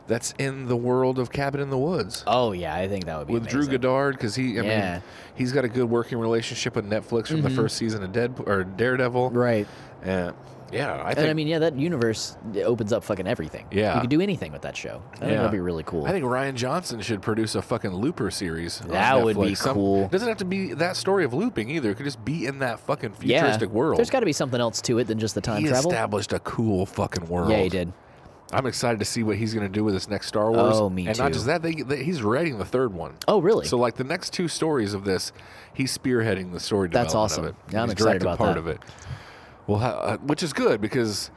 Speaker 2: that's in the world of Cabin in the Woods
Speaker 3: Oh, yeah, I think that would be
Speaker 2: with Drew
Speaker 3: amazing.
Speaker 2: Goddard because he, I
Speaker 3: Yeah. Mm-hmm.
Speaker 2: mean, he's got a good working relationship with Netflix from the first season of Dead or Daredevil.
Speaker 3: Right.
Speaker 2: Yeah. Yeah. I think.
Speaker 3: And I mean, yeah, that universe opens up fucking everything.
Speaker 2: Yeah.
Speaker 3: You could do anything with that show. I think
Speaker 2: Yeah.
Speaker 3: that'd be really cool.
Speaker 2: I think Ryan Johnson should produce a fucking Looper series. on
Speaker 3: That would be
Speaker 2: Netflix. Some-
Speaker 3: cool.
Speaker 2: Doesn't have to be that story of looping either. It could just be in that fucking
Speaker 3: yeah.
Speaker 2: futuristic world.
Speaker 3: There's got to be something else to it than just the time
Speaker 2: he
Speaker 3: travel.
Speaker 2: established a cool fucking world.
Speaker 3: Yeah, he did.
Speaker 2: I'm excited to see what he's going to do with this next Star Wars.
Speaker 3: Oh, me
Speaker 2: and not
Speaker 3: too.
Speaker 2: just that, they, they, he's writing the third one.
Speaker 3: Oh, really?
Speaker 2: So like the next two stories of this, he's spearheading the story
Speaker 3: That's
Speaker 2: development
Speaker 3: awesome.
Speaker 2: of it.
Speaker 3: Yeah, I'm
Speaker 2: He's
Speaker 3: excited
Speaker 2: directed
Speaker 3: about
Speaker 2: part
Speaker 3: that.
Speaker 2: of it. Well, ha- uh, which is good because,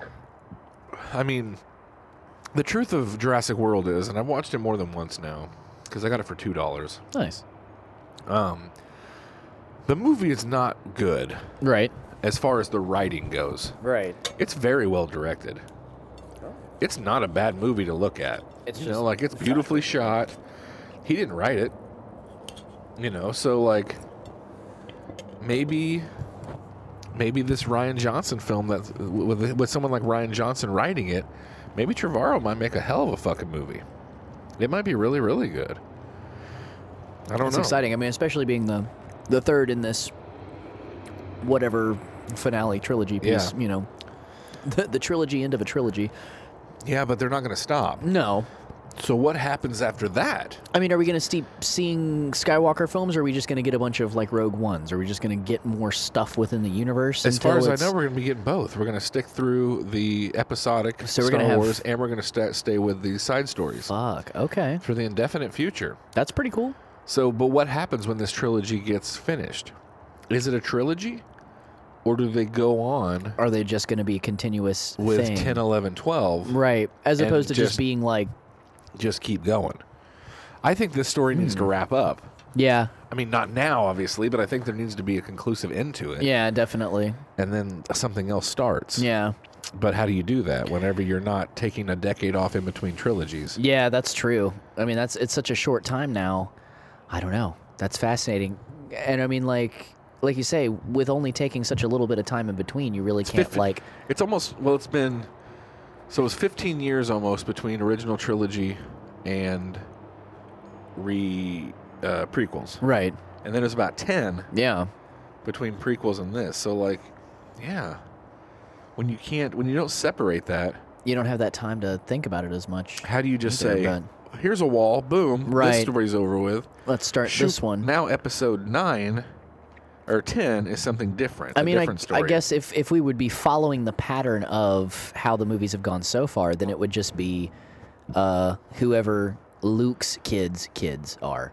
Speaker 2: I mean, the truth of Jurassic World is, and I've watched it more than once now because I got it for two dollars.
Speaker 3: nice.
Speaker 2: Um, the movie is not good
Speaker 3: Right.
Speaker 2: as far as the writing goes.
Speaker 5: Right.
Speaker 2: It's very well directed. It's not a bad movie to look at.
Speaker 5: It's
Speaker 2: you
Speaker 5: just
Speaker 2: know, like it's beautifully shot. He didn't write it. You know, so like maybe maybe this Ryan Johnson film that with with someone like Ryan Johnson writing it, maybe Trevorrow might make a hell of a fucking movie. It might be really really good. I don't
Speaker 3: It's
Speaker 2: know.
Speaker 3: exciting. I mean, especially being the the third in this whatever finale trilogy piece.
Speaker 2: Yeah.
Speaker 3: You know, the, the trilogy end of a trilogy.
Speaker 2: Yeah, but they're not going to stop.
Speaker 3: No,
Speaker 2: So what happens after that?
Speaker 3: I mean, are we going to keep seeing Skywalker films? Or are we just going to get a bunch of like Rogue Ones? Are we just going to get more stuff within the universe?
Speaker 2: As far as
Speaker 3: until
Speaker 2: I
Speaker 3: it's-
Speaker 2: know, we're going to be getting both. We're going to stick through the episodic
Speaker 3: So we're
Speaker 2: Star
Speaker 3: gonna have-
Speaker 2: Wars, and we're going to sta stay with the side stories
Speaker 3: fuck. Okay,
Speaker 2: for the indefinite future.
Speaker 3: that's pretty cool.
Speaker 2: So, but what happens when this trilogy gets finished? Is it a trilogy, or do they go on
Speaker 3: Are they just going to be a continuous
Speaker 2: with
Speaker 3: thing?
Speaker 2: 10, 11, 12?
Speaker 3: right, as
Speaker 2: and
Speaker 3: opposed to just,
Speaker 2: just-
Speaker 3: being like,
Speaker 2: Just keep going. I think this story needs
Speaker 3: Hmm.
Speaker 2: to wrap up.
Speaker 3: yeah,
Speaker 2: I mean, not now, obviously, but I think there needs to be a conclusive end to it,
Speaker 3: yeah, definitely,
Speaker 2: and then something else starts.
Speaker 3: yeah.
Speaker 2: But how do you do that whenever you're not taking a decade off in between trilogies?
Speaker 3: Yeah, that's true. I mean, that's it's such a short time now. I don't know. That's fascinating. And I mean, like, like you say, with only taking such a little bit of time in between, you really can't
Speaker 2: 50
Speaker 3: like.
Speaker 2: It's almost well. It's been so it was 15 years almost between original trilogy and re uh, prequels,
Speaker 3: Right.
Speaker 2: and then it's about 10
Speaker 3: Yeah.
Speaker 2: between prequels and this. So like, yeah, when you can't, when you don't separate that,
Speaker 3: You don't have that time to think about it as much.
Speaker 2: how do you just
Speaker 3: They're
Speaker 2: say,
Speaker 3: done.
Speaker 2: "Here's a wall, boom, this
Speaker 3: Right.
Speaker 2: story's over with."
Speaker 3: Let's start
Speaker 2: Shoot,
Speaker 3: this one.
Speaker 2: now, episode nine or 10 is something different.
Speaker 3: I
Speaker 2: a
Speaker 3: mean, I,
Speaker 2: different
Speaker 3: I
Speaker 2: story.
Speaker 3: guess if, if we would be following the pattern of how the movies have gone so far, then it would just be uh, whoever Luke's kids' kids are.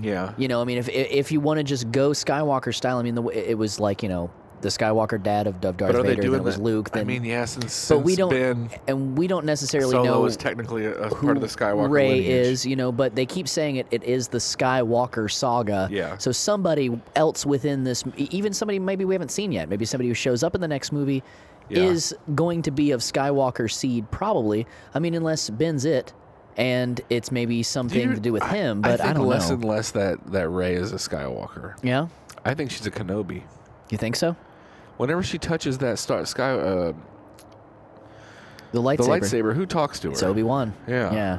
Speaker 2: yeah,
Speaker 3: You know, I mean, if if you want to just go Skywalker style, I mean, the, it was like you know the Skywalker dad of Darth
Speaker 2: but are they
Speaker 3: Vader,
Speaker 2: doing
Speaker 3: then it was
Speaker 2: that-
Speaker 3: Luke. Then,
Speaker 2: I mean, yeah, since,
Speaker 3: but we
Speaker 2: since
Speaker 3: don't,
Speaker 2: Ben-
Speaker 3: and we don't necessarily
Speaker 2: Solo
Speaker 3: know
Speaker 2: is technically a, a
Speaker 3: who
Speaker 2: part of the Skywalker
Speaker 3: Ray
Speaker 2: lineage.
Speaker 3: is, you know, but they keep saying it. It is the Skywalker saga.
Speaker 2: Yeah.
Speaker 3: So somebody else within this, e- even somebody maybe we haven't seen yet, maybe somebody who shows up in the next movie,
Speaker 2: Yeah.
Speaker 3: is going to be of Skywalker seed, probably. I mean, unless Ben's it, and it's maybe something
Speaker 2: you-
Speaker 3: to do with him.
Speaker 2: I
Speaker 3: But I,
Speaker 2: think
Speaker 3: don't
Speaker 2: less
Speaker 3: know.
Speaker 2: and less that that Ray is a Skywalker.
Speaker 3: yeah.
Speaker 2: I think she's a Kenobi.
Speaker 3: You think so?
Speaker 2: Whenever she touches that star, sky, uh,
Speaker 3: The
Speaker 2: the
Speaker 3: lightsaber.
Speaker 2: lightsaber, who talks to her?
Speaker 3: It's Obi Wan.
Speaker 2: Yeah.
Speaker 3: Yeah.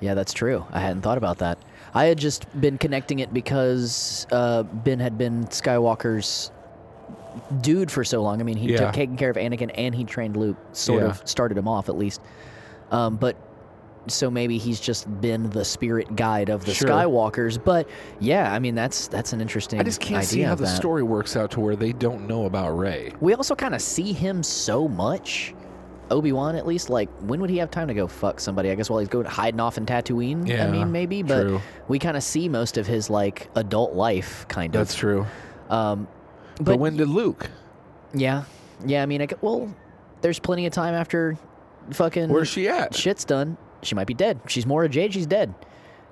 Speaker 3: Yeah, that's true. I hadn't thought about that. I had just been connecting it because uh, Ben had been Skywalker's dude for so long. I mean, he
Speaker 2: Yeah.
Speaker 3: took taken care of Anakin and he trained Luke, sort
Speaker 2: Yeah.
Speaker 3: of started him off at least. Um, but so maybe he's just been the spirit guide of the
Speaker 2: Sure.
Speaker 3: Skywalkers. But yeah, I mean that's that's an interesting.
Speaker 2: I just can't
Speaker 3: idea
Speaker 2: see how
Speaker 3: of
Speaker 2: the
Speaker 3: that.
Speaker 2: story works out to where they don't know about Ray.
Speaker 3: We also kind of see him so much Obi Wan at least, like, when would he have time to go fuck somebody? I guess while he's going hiding off in Tatooine.
Speaker 2: Yeah,
Speaker 3: I mean, maybe, but
Speaker 2: true.
Speaker 3: we kind of see most of his like adult life, kind of.
Speaker 2: That's true.
Speaker 3: Um,
Speaker 2: But,
Speaker 3: but
Speaker 2: when did Luke?
Speaker 3: yeah, yeah. I mean, I, c- well, there's plenty of time after fucking
Speaker 2: Where's she at?
Speaker 3: shit's done. She might be dead. She's Mora Jade. She's dead.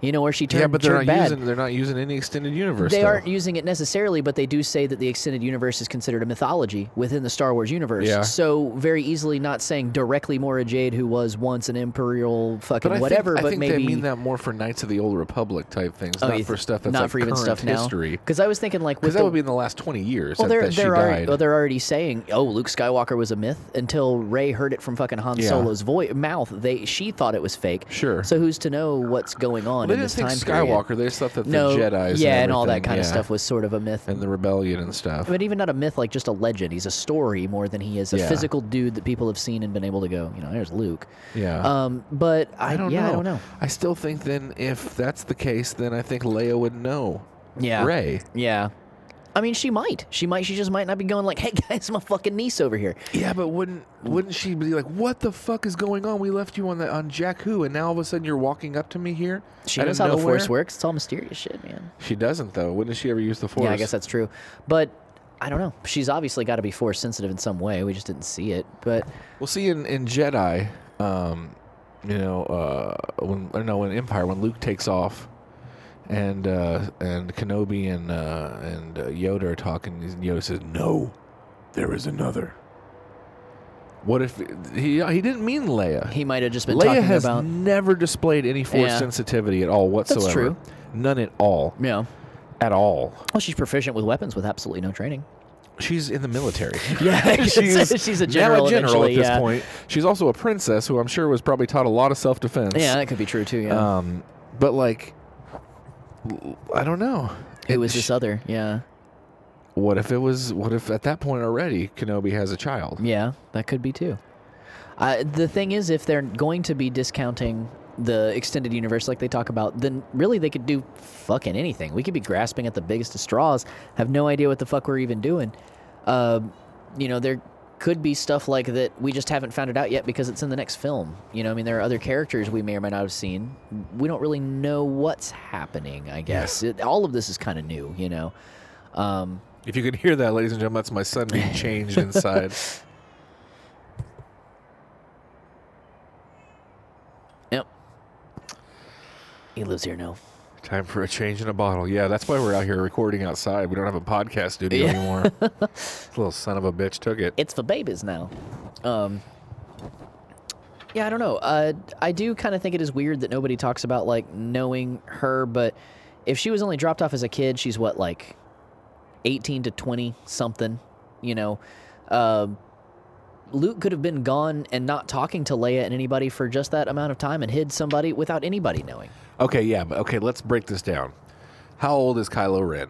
Speaker 3: You know where she turned.
Speaker 2: yeah, but they're not
Speaker 3: turned bad.
Speaker 2: using they're not using any extended universe.
Speaker 3: They
Speaker 2: though.
Speaker 3: aren't using it necessarily, but they do say that the extended universe is considered a mythology within the Star Wars universe.
Speaker 2: Yeah.
Speaker 3: So very easily not saying directly Mora Jade, who was once an imperial fucking
Speaker 2: But I
Speaker 3: whatever,
Speaker 2: think,
Speaker 3: but
Speaker 2: I think
Speaker 3: maybe
Speaker 2: they mean that more for Knights of the Old Republic type things,
Speaker 3: Oh,
Speaker 2: not
Speaker 3: you-
Speaker 2: for stuff that's
Speaker 3: not
Speaker 2: like
Speaker 3: for even
Speaker 2: current
Speaker 3: stuff
Speaker 2: history.
Speaker 3: now. Because I was thinking like with
Speaker 2: Because that
Speaker 3: the,
Speaker 2: would be in the last twenty years.
Speaker 3: well,
Speaker 2: that,
Speaker 3: they're
Speaker 2: that she
Speaker 3: they're already
Speaker 2: died.
Speaker 3: well, they're already saying oh Luke's Skywalker was a myth until Ray heard it from fucking Han
Speaker 2: Yeah.
Speaker 3: Solo's voice mouth. They she thought it was fake.
Speaker 2: Sure.
Speaker 3: So who's to know what's going on
Speaker 2: Well, they
Speaker 3: in
Speaker 2: didn't
Speaker 3: this
Speaker 2: think
Speaker 3: time
Speaker 2: Skywalker.
Speaker 3: period?
Speaker 2: They just thought that the
Speaker 3: no,
Speaker 2: Jedi's,
Speaker 3: yeah,
Speaker 2: and,
Speaker 3: and all that
Speaker 2: everything,
Speaker 3: kind of
Speaker 2: yeah,
Speaker 3: stuff was sort of a myth.
Speaker 2: and the rebellion and stuff.
Speaker 3: but even not a myth, like just a legend. He's a story more than he is a
Speaker 2: Yeah.
Speaker 3: physical dude that people have seen and been able to go, you know, there's Luke.
Speaker 2: Yeah.
Speaker 3: Um, but I,
Speaker 2: I don't
Speaker 3: yeah,
Speaker 2: know.
Speaker 3: I don't know.
Speaker 2: I still think then if that's the case, then I think Leia would know.
Speaker 3: Yeah.
Speaker 2: Ray.
Speaker 3: Yeah. I mean, she might. She might. She just might not be going like, "Hey guys, my fucking niece over here."
Speaker 2: Yeah, but wouldn't wouldn't she be like, "What the fuck is going on? We left you on the on Jakku, and now all of a sudden you're walking up to me here."
Speaker 3: She
Speaker 2: out of
Speaker 3: knows how the
Speaker 2: nowhere?"
Speaker 3: force works. It's all mysterious shit, man.
Speaker 2: She doesn't though. Wouldn't she ever use the force?
Speaker 3: Yeah, I guess that's true. But I don't know. She's obviously got to be force sensitive in some way. We just didn't see it. But
Speaker 2: Well, see, in, in Jedi, um, you know, uh, when or no, in Empire, when Luke takes off, and uh, and Kenobi and uh, and uh, Yoda are talking, and Yoda says, "No, there is another." What if he he didn't mean Leia?
Speaker 3: he might have just been
Speaker 2: Leia
Speaker 3: talking
Speaker 2: has
Speaker 3: about.
Speaker 2: never displayed any force
Speaker 3: Yeah.
Speaker 2: sensitivity at all whatsoever.
Speaker 3: true.
Speaker 2: None at all.
Speaker 3: Yeah.
Speaker 2: At all.
Speaker 3: Well, she's proficient with weapons with absolutely no training.
Speaker 2: She's in the military.
Speaker 3: Yeah, she's, she's a general,
Speaker 2: now a general
Speaker 3: eventually,
Speaker 2: at this
Speaker 3: yeah.
Speaker 2: point. She's also a princess who I'm sure was probably taught a lot of self defense.
Speaker 3: Yeah, that could be true too. Yeah.
Speaker 2: Um, but like, I don't know.
Speaker 3: Who was
Speaker 2: sh-
Speaker 3: this other? Yeah.
Speaker 2: What if it was? What if at that point already Kenobi has a child?
Speaker 3: Yeah, that could be too. Uh, the thing is, if they're going to be discounting the extended universe like they talk about, then really they could do fucking anything. We could be grasping at the biggest of straws, have no idea what the fuck we're even doing. Uh, you know, there could be stuff like that we just haven't found it out yet because it's in the next film. You know, I mean, there are other characters we may or may not have seen. We don't really know what's happening, I guess. It, all of this is kind of new, you know. Um,
Speaker 2: If you could hear that, ladies and gentlemen, that's my son being changed inside.
Speaker 3: yep. He lives here now.
Speaker 2: Time for a change in a bottle. Yeah, that's why we're out here recording outside. We don't have a podcast studio
Speaker 3: Yeah.
Speaker 2: anymore. Little son of a bitch took it.
Speaker 3: it's for babies now. Um, yeah, I don't know. Uh, I do kind of think it is weird that nobody talks about like knowing her, but if she was only dropped off as a kid, she's what like eighteen to twenty something, you know. Um Luke could have been gone and not talking to Leia and anybody for just that amount of time and hid somebody without anybody knowing.
Speaker 2: Okay, yeah, but okay, let's break this down. How old is Kylo Ren?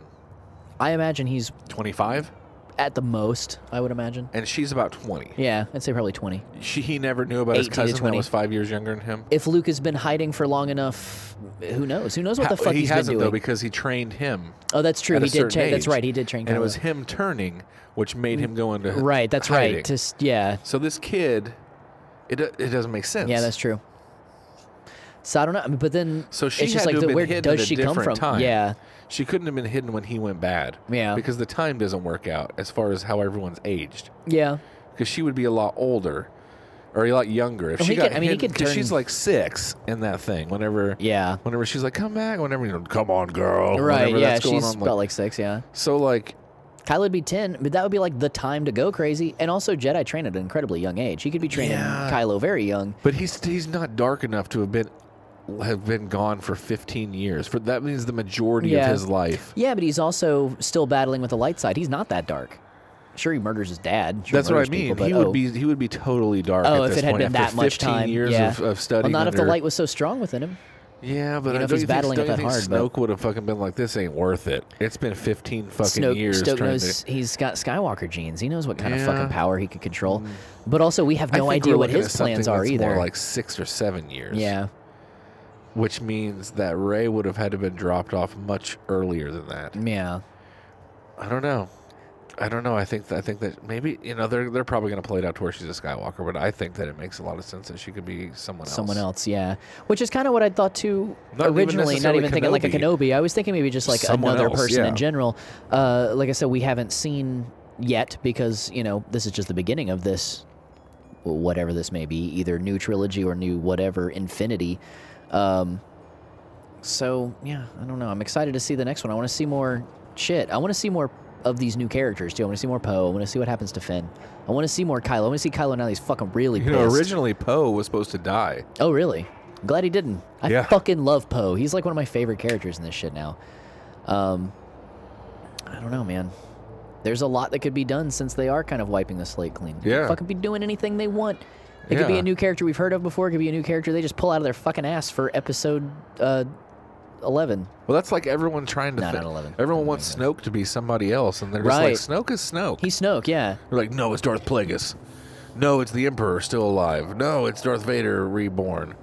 Speaker 3: I imagine he's
Speaker 2: Twenty five,
Speaker 3: at the most. I would imagine.
Speaker 2: and she's about twenty.
Speaker 3: Yeah, I'd say probably twenty.
Speaker 2: She he never knew about his
Speaker 3: 18 to
Speaker 2: cousin that
Speaker 3: 20.
Speaker 2: was five years younger than him.
Speaker 3: If Luke has been hiding for long enough, who knows? Who knows what the
Speaker 2: How-
Speaker 3: fuck
Speaker 2: he
Speaker 3: has
Speaker 2: hasn't
Speaker 3: been
Speaker 2: though
Speaker 3: doing?
Speaker 2: because he trained him.
Speaker 3: Oh, that's true.
Speaker 2: at a
Speaker 3: He did
Speaker 2: certain
Speaker 3: change. That's
Speaker 2: age.
Speaker 3: right. He did change.
Speaker 2: and it was him turning, which made him go into
Speaker 3: right. That's
Speaker 2: hiding.
Speaker 3: right. Just yeah,
Speaker 2: so this kid, it do- it doesn't make sense.
Speaker 3: yeah, that's true. So I don't know, I mean, but then
Speaker 2: So she
Speaker 3: it's
Speaker 2: had
Speaker 3: just like
Speaker 2: to have
Speaker 3: the-
Speaker 2: been
Speaker 3: where
Speaker 2: hidden
Speaker 3: does
Speaker 2: at a
Speaker 3: she come
Speaker 2: different
Speaker 3: from?
Speaker 2: time.
Speaker 3: Yeah,
Speaker 2: she couldn't have been hidden when he went bad.
Speaker 3: Yeah.
Speaker 2: because the time doesn't work out as far as how everyone's aged.
Speaker 3: yeah,
Speaker 2: Because she would be a lot older. Or a lot younger. If
Speaker 3: Well,
Speaker 2: she
Speaker 3: he
Speaker 2: got
Speaker 3: could- I mean, he
Speaker 2: hidden-
Speaker 3: could
Speaker 2: 'cause
Speaker 3: turn-
Speaker 2: she's like six in that thing. Whenever,
Speaker 3: yeah.
Speaker 2: whenever she's like, "Come back," whenever you know, "Come on, girl,"
Speaker 3: Right.
Speaker 2: whenever
Speaker 3: Yeah.
Speaker 2: that's going
Speaker 3: She's
Speaker 2: on, like-
Speaker 3: about like six. Yeah.
Speaker 2: So like,
Speaker 3: Kylo'd be ten, but that would be like the time to go crazy. And also, Jedi train at an incredibly young age. He could be training
Speaker 2: Yeah.
Speaker 3: Kylo very young.
Speaker 2: but he's he's not dark enough to have been have been gone for 15 years. For that means the majority
Speaker 3: Yeah.
Speaker 2: of his life.
Speaker 3: Yeah, but he's also still battling with the light side. He's not that dark. Sure, he murders his dad. Sure, he
Speaker 2: That's what I
Speaker 3: murders
Speaker 2: mean.
Speaker 3: People, but,
Speaker 2: he would
Speaker 3: oh.
Speaker 2: be he would be totally dark.
Speaker 3: Oh,
Speaker 2: at
Speaker 3: if
Speaker 2: this
Speaker 3: it had
Speaker 2: point
Speaker 3: been
Speaker 2: after
Speaker 3: that much
Speaker 2: 15
Speaker 3: time,
Speaker 2: years
Speaker 3: yeah.
Speaker 2: of, of studying.
Speaker 3: Well, not if the
Speaker 2: under-
Speaker 3: light was so strong within him.
Speaker 2: Yeah, but
Speaker 3: you know,
Speaker 2: I
Speaker 3: if
Speaker 2: don't
Speaker 3: he's
Speaker 2: you
Speaker 3: battling
Speaker 2: think,
Speaker 3: it
Speaker 2: don't
Speaker 3: that
Speaker 2: you think
Speaker 3: hard,
Speaker 2: Snoke would have fucking been like, "This ain't worth it. It's been 15 fucking
Speaker 3: Snoke,
Speaker 2: years."
Speaker 3: Stoke
Speaker 2: trying
Speaker 3: knows
Speaker 2: to,
Speaker 3: he's got Skywalker genes. He knows what kind
Speaker 2: Yeah. Mm.
Speaker 3: of fucking power he can control. But also, we have
Speaker 2: I
Speaker 3: no
Speaker 2: think
Speaker 3: idea
Speaker 2: we're
Speaker 3: what
Speaker 2: looking
Speaker 3: his
Speaker 2: at something
Speaker 3: plans are
Speaker 2: that's More
Speaker 3: either.
Speaker 2: like six or seven years.
Speaker 3: yeah,
Speaker 2: which means that Ray would have had to been dropped off much earlier than that.
Speaker 3: yeah.
Speaker 2: I don't know. I don't know. I think I think that maybe you know they're they're probably going to play it out to where she's a Skywalker, but I think that it makes a lot of sense that she could be someone else.
Speaker 3: Someone else, yeah. Which is kind of what I thought too
Speaker 2: Not even
Speaker 3: originally. not
Speaker 2: necessarily
Speaker 3: even thinking like a
Speaker 2: Kenobi.
Speaker 3: Kenobi. I was thinking maybe just like
Speaker 2: Someone
Speaker 3: another
Speaker 2: else,
Speaker 3: person
Speaker 2: yeah.
Speaker 3: in general. Uh, like I said, we haven't seen yet because you know this is just the beginning of this, whatever this may be, either new trilogy or new whatever Infinity. Um, so yeah, I don't know. I'm excited to see the next one. I want to see more shit. I want to see more of these new characters too. I want to see more Poe. I want to see what happens to Finn. I want to see more Kylo. I want to see Kylo now. that He's fucking really
Speaker 2: You know,
Speaker 3: pissed.
Speaker 2: originally Poe was supposed to die.
Speaker 3: Oh, really? I'm glad he didn't. I
Speaker 2: Yeah.
Speaker 3: fucking love Poe. He's like one of my favorite characters in this shit now. Um, I don't know, man. There's a lot that could be done since they are kind of wiping the slate clean. They
Speaker 2: Yeah.
Speaker 3: could fucking be doing anything they want. It could be
Speaker 2: Yeah.
Speaker 3: a new character we've heard of before. It could be a new character they just pull out of their fucking ass for episode uh, 11.
Speaker 2: Well, that's like everyone trying to.
Speaker 3: No,
Speaker 2: thi-
Speaker 3: not 11.
Speaker 2: Everyone wants Snoke to be somebody else, and they're just
Speaker 3: Right.
Speaker 2: like Snoke is Snoke.
Speaker 3: He's Snoke, yeah.
Speaker 2: They're like, no, it's Darth Plagueis. No, it's the Emperor still alive. No, it's Darth Vader reborn.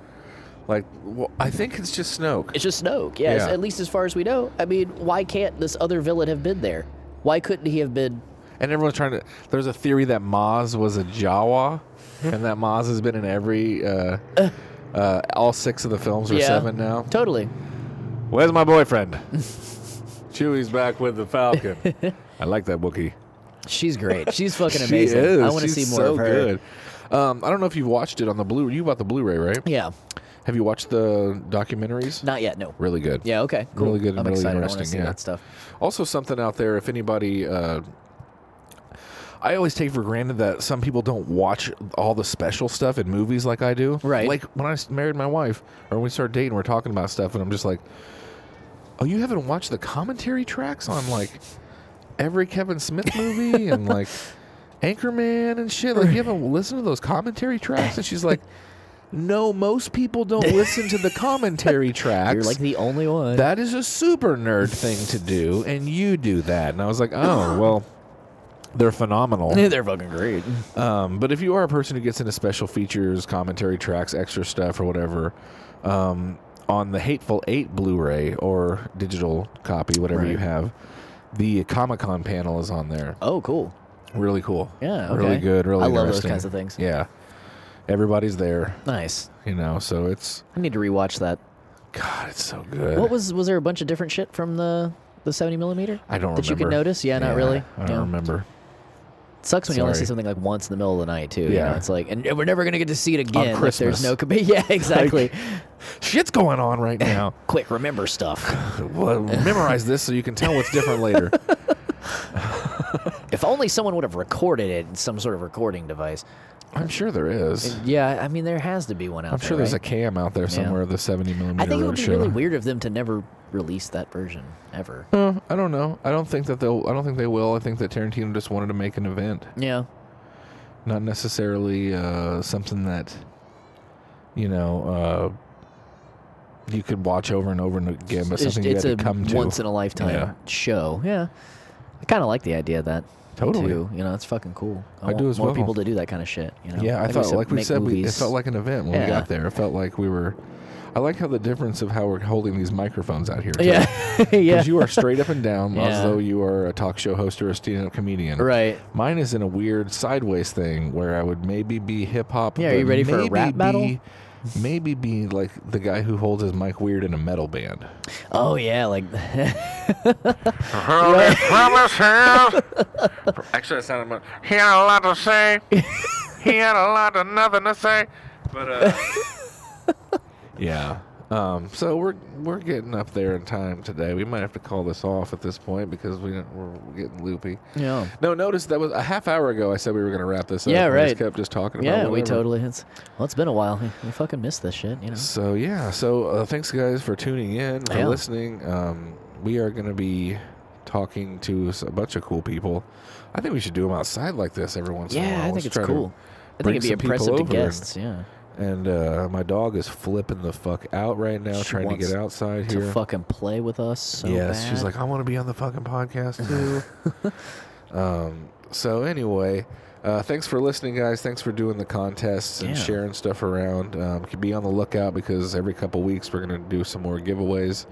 Speaker 2: Like, well, I think it's just Snoke.
Speaker 3: It's just Snoke, yeah, as-
Speaker 2: Yeah.
Speaker 3: At least as far as we know. I mean, why can't this other villain have been there? Why couldn't he have been
Speaker 2: And everyone's trying to. There's a theory that Maz was a Jawa,
Speaker 3: Hmm.
Speaker 2: and that Maz has been in every. Uh, uh, all six of the films or
Speaker 3: Yeah.
Speaker 2: seven now.
Speaker 3: Totally.
Speaker 2: Where's my boyfriend? Chewie's back with the Falcon. I like that Wookiee.
Speaker 3: She's great. She's fucking
Speaker 2: She
Speaker 3: amazing.
Speaker 2: is.
Speaker 3: I want to
Speaker 2: She's
Speaker 3: see more
Speaker 2: so
Speaker 3: of her.
Speaker 2: good. Um, I don't know if you've watched it on the Blu. You bought the Blu-ray, right?
Speaker 3: Yeah.
Speaker 2: Have you watched the documentaries?
Speaker 3: Not yet. No.
Speaker 2: Really good.
Speaker 3: Yeah. Okay. Cool.
Speaker 2: Really good and
Speaker 3: I'm
Speaker 2: really
Speaker 3: excited. I want to
Speaker 2: interesting,
Speaker 3: see
Speaker 2: yeah.
Speaker 3: that stuff.
Speaker 2: Also, something out there, if anybody. Uh, I always take for granted that some people don't watch all the special stuff in movies like I do.
Speaker 3: Right.
Speaker 2: Like when I s- married my wife, or when we started dating, we're talking about stuff, and I'm just like, oh, you haven't watched the commentary tracks on like every Kevin Smith movie and like Anchorman and shit? Like, you haven't listened to those commentary tracks? And she's like, no, most people don't listen to the commentary tracks.
Speaker 3: You're like the only one.
Speaker 2: That is a super nerd thing to do, and you do that. And I was like, oh, well, they're phenomenal.
Speaker 3: They're fucking great.
Speaker 2: Um, but if you are a person who gets into special features, commentary tracks, extra stuff, or whatever, um, on the Hateful Eight Blu ray or digital copy, whatever you
Speaker 3: Right.
Speaker 2: have, the Comic Con panel is on there.
Speaker 3: Oh, cool.
Speaker 2: Really cool.
Speaker 3: Yeah,
Speaker 2: Really
Speaker 3: okay.
Speaker 2: good. Really
Speaker 3: I love those
Speaker 2: interesting.
Speaker 3: kinds of things.
Speaker 2: Yeah. Everybody's there,
Speaker 3: Nice.
Speaker 2: you know, so it's,
Speaker 3: I need to rewatch that.
Speaker 2: God, it's so good.
Speaker 3: What was was there a bunch of different shit from the the 70 millimeter?
Speaker 2: I don't
Speaker 3: that you could
Speaker 2: remember.
Speaker 3: notice? Yeah, not really.
Speaker 2: I don't
Speaker 3: Yeah.
Speaker 2: remember.
Speaker 3: It sucks when you only
Speaker 2: Sorry.
Speaker 3: see something like once in the middle of the night too. You
Speaker 2: Yeah.
Speaker 3: know, it's like, and we're never gonna get to see it again. if
Speaker 2: Christmas.
Speaker 3: there's no. compa- Yeah, exactly.
Speaker 2: Shit's going on right now.
Speaker 3: Quick, remember stuff.
Speaker 2: well, memorize this so you can tell what's different later.
Speaker 3: if only someone would have recorded it in some sort of recording device.
Speaker 2: I'm sure there is.
Speaker 3: Yeah, I mean, there has to be one out
Speaker 2: I'm
Speaker 3: there.
Speaker 2: sure there's
Speaker 3: right?
Speaker 2: a cam out there somewhere of the 70 millimeter.
Speaker 3: I think it would be
Speaker 2: roadshow.
Speaker 3: really weird of them to never release that version ever.
Speaker 2: Uh, I don't know. I don't think that they'll. I don't think they will. I think that Tarantino just wanted to make an event,
Speaker 3: Yeah.
Speaker 2: not necessarily uh, something that, you know, uh, you could watch over and over and again, but
Speaker 3: It's,
Speaker 2: something you
Speaker 3: it's
Speaker 2: had
Speaker 3: a
Speaker 2: to come to.
Speaker 3: once in a lifetime
Speaker 2: Yeah.
Speaker 3: show. Yeah. I kind of like the idea of that.
Speaker 2: Totally.
Speaker 3: Too. You know, it's fucking cool. I,
Speaker 2: I
Speaker 3: want
Speaker 2: do as
Speaker 3: more
Speaker 2: well.
Speaker 3: people to do that kind of shit. You know.
Speaker 2: Yeah, I
Speaker 3: like
Speaker 2: thought, like we
Speaker 3: make
Speaker 2: said, we, it
Speaker 3: movies.
Speaker 2: felt like an event when we
Speaker 3: Yeah.
Speaker 2: got there. It felt like we were. I like how the difference of how we're holding these microphones out here. too.
Speaker 3: Yeah. yeah.
Speaker 2: Because you are straight up and down as
Speaker 3: Yeah.
Speaker 2: though you are a talk show host or a stand up comedian.
Speaker 3: Right.
Speaker 2: Mine is in a weird sideways thing where I would maybe be hip hop.
Speaker 3: Yeah, are you
Speaker 2: but
Speaker 3: ready for a
Speaker 2: maybe
Speaker 3: rap battle?
Speaker 2: be- Maybe be like the guy who holds his mic weird in a metal band.
Speaker 3: Oh yeah, like
Speaker 6: Actually, that sounded much. He had a lot to say. he had a lot of nothing to say. But uh,
Speaker 2: Yeah. Um, so we're we're getting up there in time today. We might have to call this off at this point because we don't- we're getting loopy.
Speaker 3: yeah.
Speaker 2: No, notice that was a half hour ago. I said we were going to wrap this up.
Speaker 3: Yeah,
Speaker 2: We just
Speaker 3: right.
Speaker 2: kept just talking about.
Speaker 3: Yeah, we
Speaker 2: whatever.
Speaker 3: totally. It's well, it's been a while. We, we fucking missed this shit. You know.
Speaker 2: So yeah, so uh, thanks guys for tuning in for
Speaker 3: Yeah.
Speaker 2: listening. Um, we are going to be talking to s- a bunch of cool people. I think we should do them outside like this every once in a while.
Speaker 3: Yeah, I think
Speaker 2: Let's
Speaker 3: it's
Speaker 2: try to-
Speaker 3: cool. I
Speaker 2: bring
Speaker 3: think it'd be
Speaker 2: some people
Speaker 3: impressive
Speaker 2: over
Speaker 3: to
Speaker 2: and-
Speaker 3: guests. Yeah.
Speaker 2: And uh, my dog is flipping the fuck out right now,
Speaker 3: She
Speaker 2: trying to get outside
Speaker 3: To
Speaker 2: here.
Speaker 3: fucking play with us. So
Speaker 2: yes,
Speaker 3: bad.
Speaker 2: she's like, I want to be on the fucking podcast too. um, so anyway, uh, thanks for listening, guys. Thanks for doing the contests and
Speaker 3: Yeah.
Speaker 2: sharing stuff around. Um, c- be on the lookout because every couple weeks we're gonna do some more giveaways.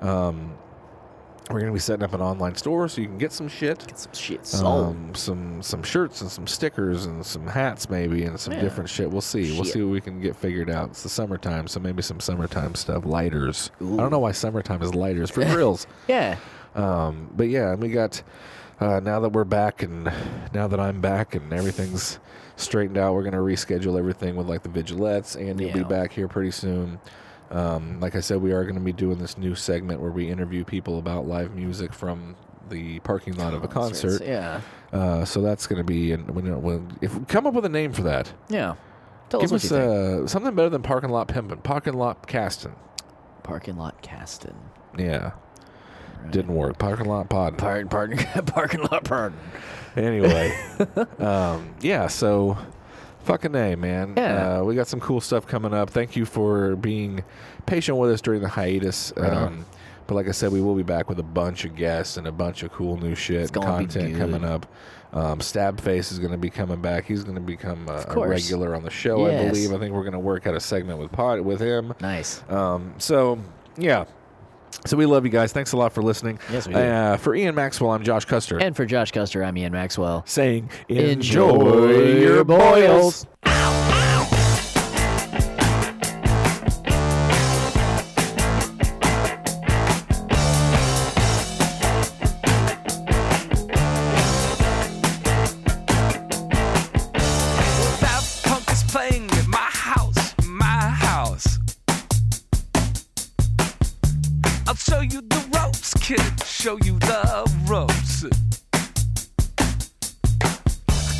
Speaker 2: Um, We're gonna be setting up an online store so you can get some shit.
Speaker 3: Get some shit sold.
Speaker 2: Um, some some shirts and some stickers and some hats maybe and some
Speaker 3: Yeah.
Speaker 2: different shit. We'll see. We'll
Speaker 3: Shit.
Speaker 2: see what we can get figured out. It's the summertime, so maybe some summertime stuff. Lighters. I don't know why summertime is lighters for grills.
Speaker 3: yeah.
Speaker 2: Um, but yeah, and we got uh, now that we're back and now that I'm back and everything's straightened out, we're gonna reschedule everything with like the Vigilettes. Andy will
Speaker 3: Yeah.
Speaker 2: be back here pretty soon. Um, like I said, we are gonna be doing this new segment where we interview people about live music from the parking lot
Speaker 3: Oh,
Speaker 2: of a concert.
Speaker 3: Yeah.
Speaker 2: Uh, so that's gonna be and we know when if come up with a name for that.
Speaker 3: Yeah. Tell
Speaker 2: Give
Speaker 3: us what
Speaker 2: us
Speaker 3: you think.
Speaker 2: uh, something better than parking lot pimping, parking lot casting.
Speaker 3: Parking lot casting.
Speaker 2: Yeah. Didn't work. Parking lot pod.
Speaker 3: Pardon, pardon, parking lot pardon.
Speaker 2: Anyway, um, yeah. So, fucking a man.
Speaker 3: Yeah.
Speaker 2: Uh, we got some cool stuff coming up. Thank you for being patient with us during the hiatus. um, but like I said, we will be back with a bunch of guests and a bunch of cool new shit and
Speaker 3: gonna be
Speaker 2: content
Speaker 3: good.
Speaker 2: coming up. Um, Stabface is going to be coming back. He's going to become a, a
Speaker 3: course.
Speaker 2: regular on the show, I
Speaker 3: Yes.
Speaker 2: believe. I think we're going to work out a segment with Pod with him.
Speaker 3: Nice.
Speaker 2: Um, so, yeah. So we love you guys. Thanks a lot for listening.
Speaker 3: Yes, we do.
Speaker 2: Uh, for Ian Maxwell, I'm Josh Custer
Speaker 3: And for Josh Custer, I'm Ian Maxwell.
Speaker 2: saying
Speaker 3: Enjoy your boils.
Speaker 7: That punk is playing at my house, my house. I'll show you the ropes, kid. Show you the ropes.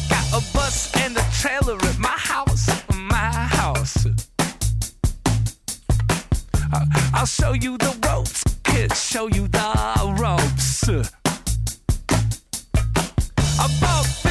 Speaker 7: Got a bus and a trailer at my house, my house. I- I'll show you the ropes, kid. Show you the ropes. I bought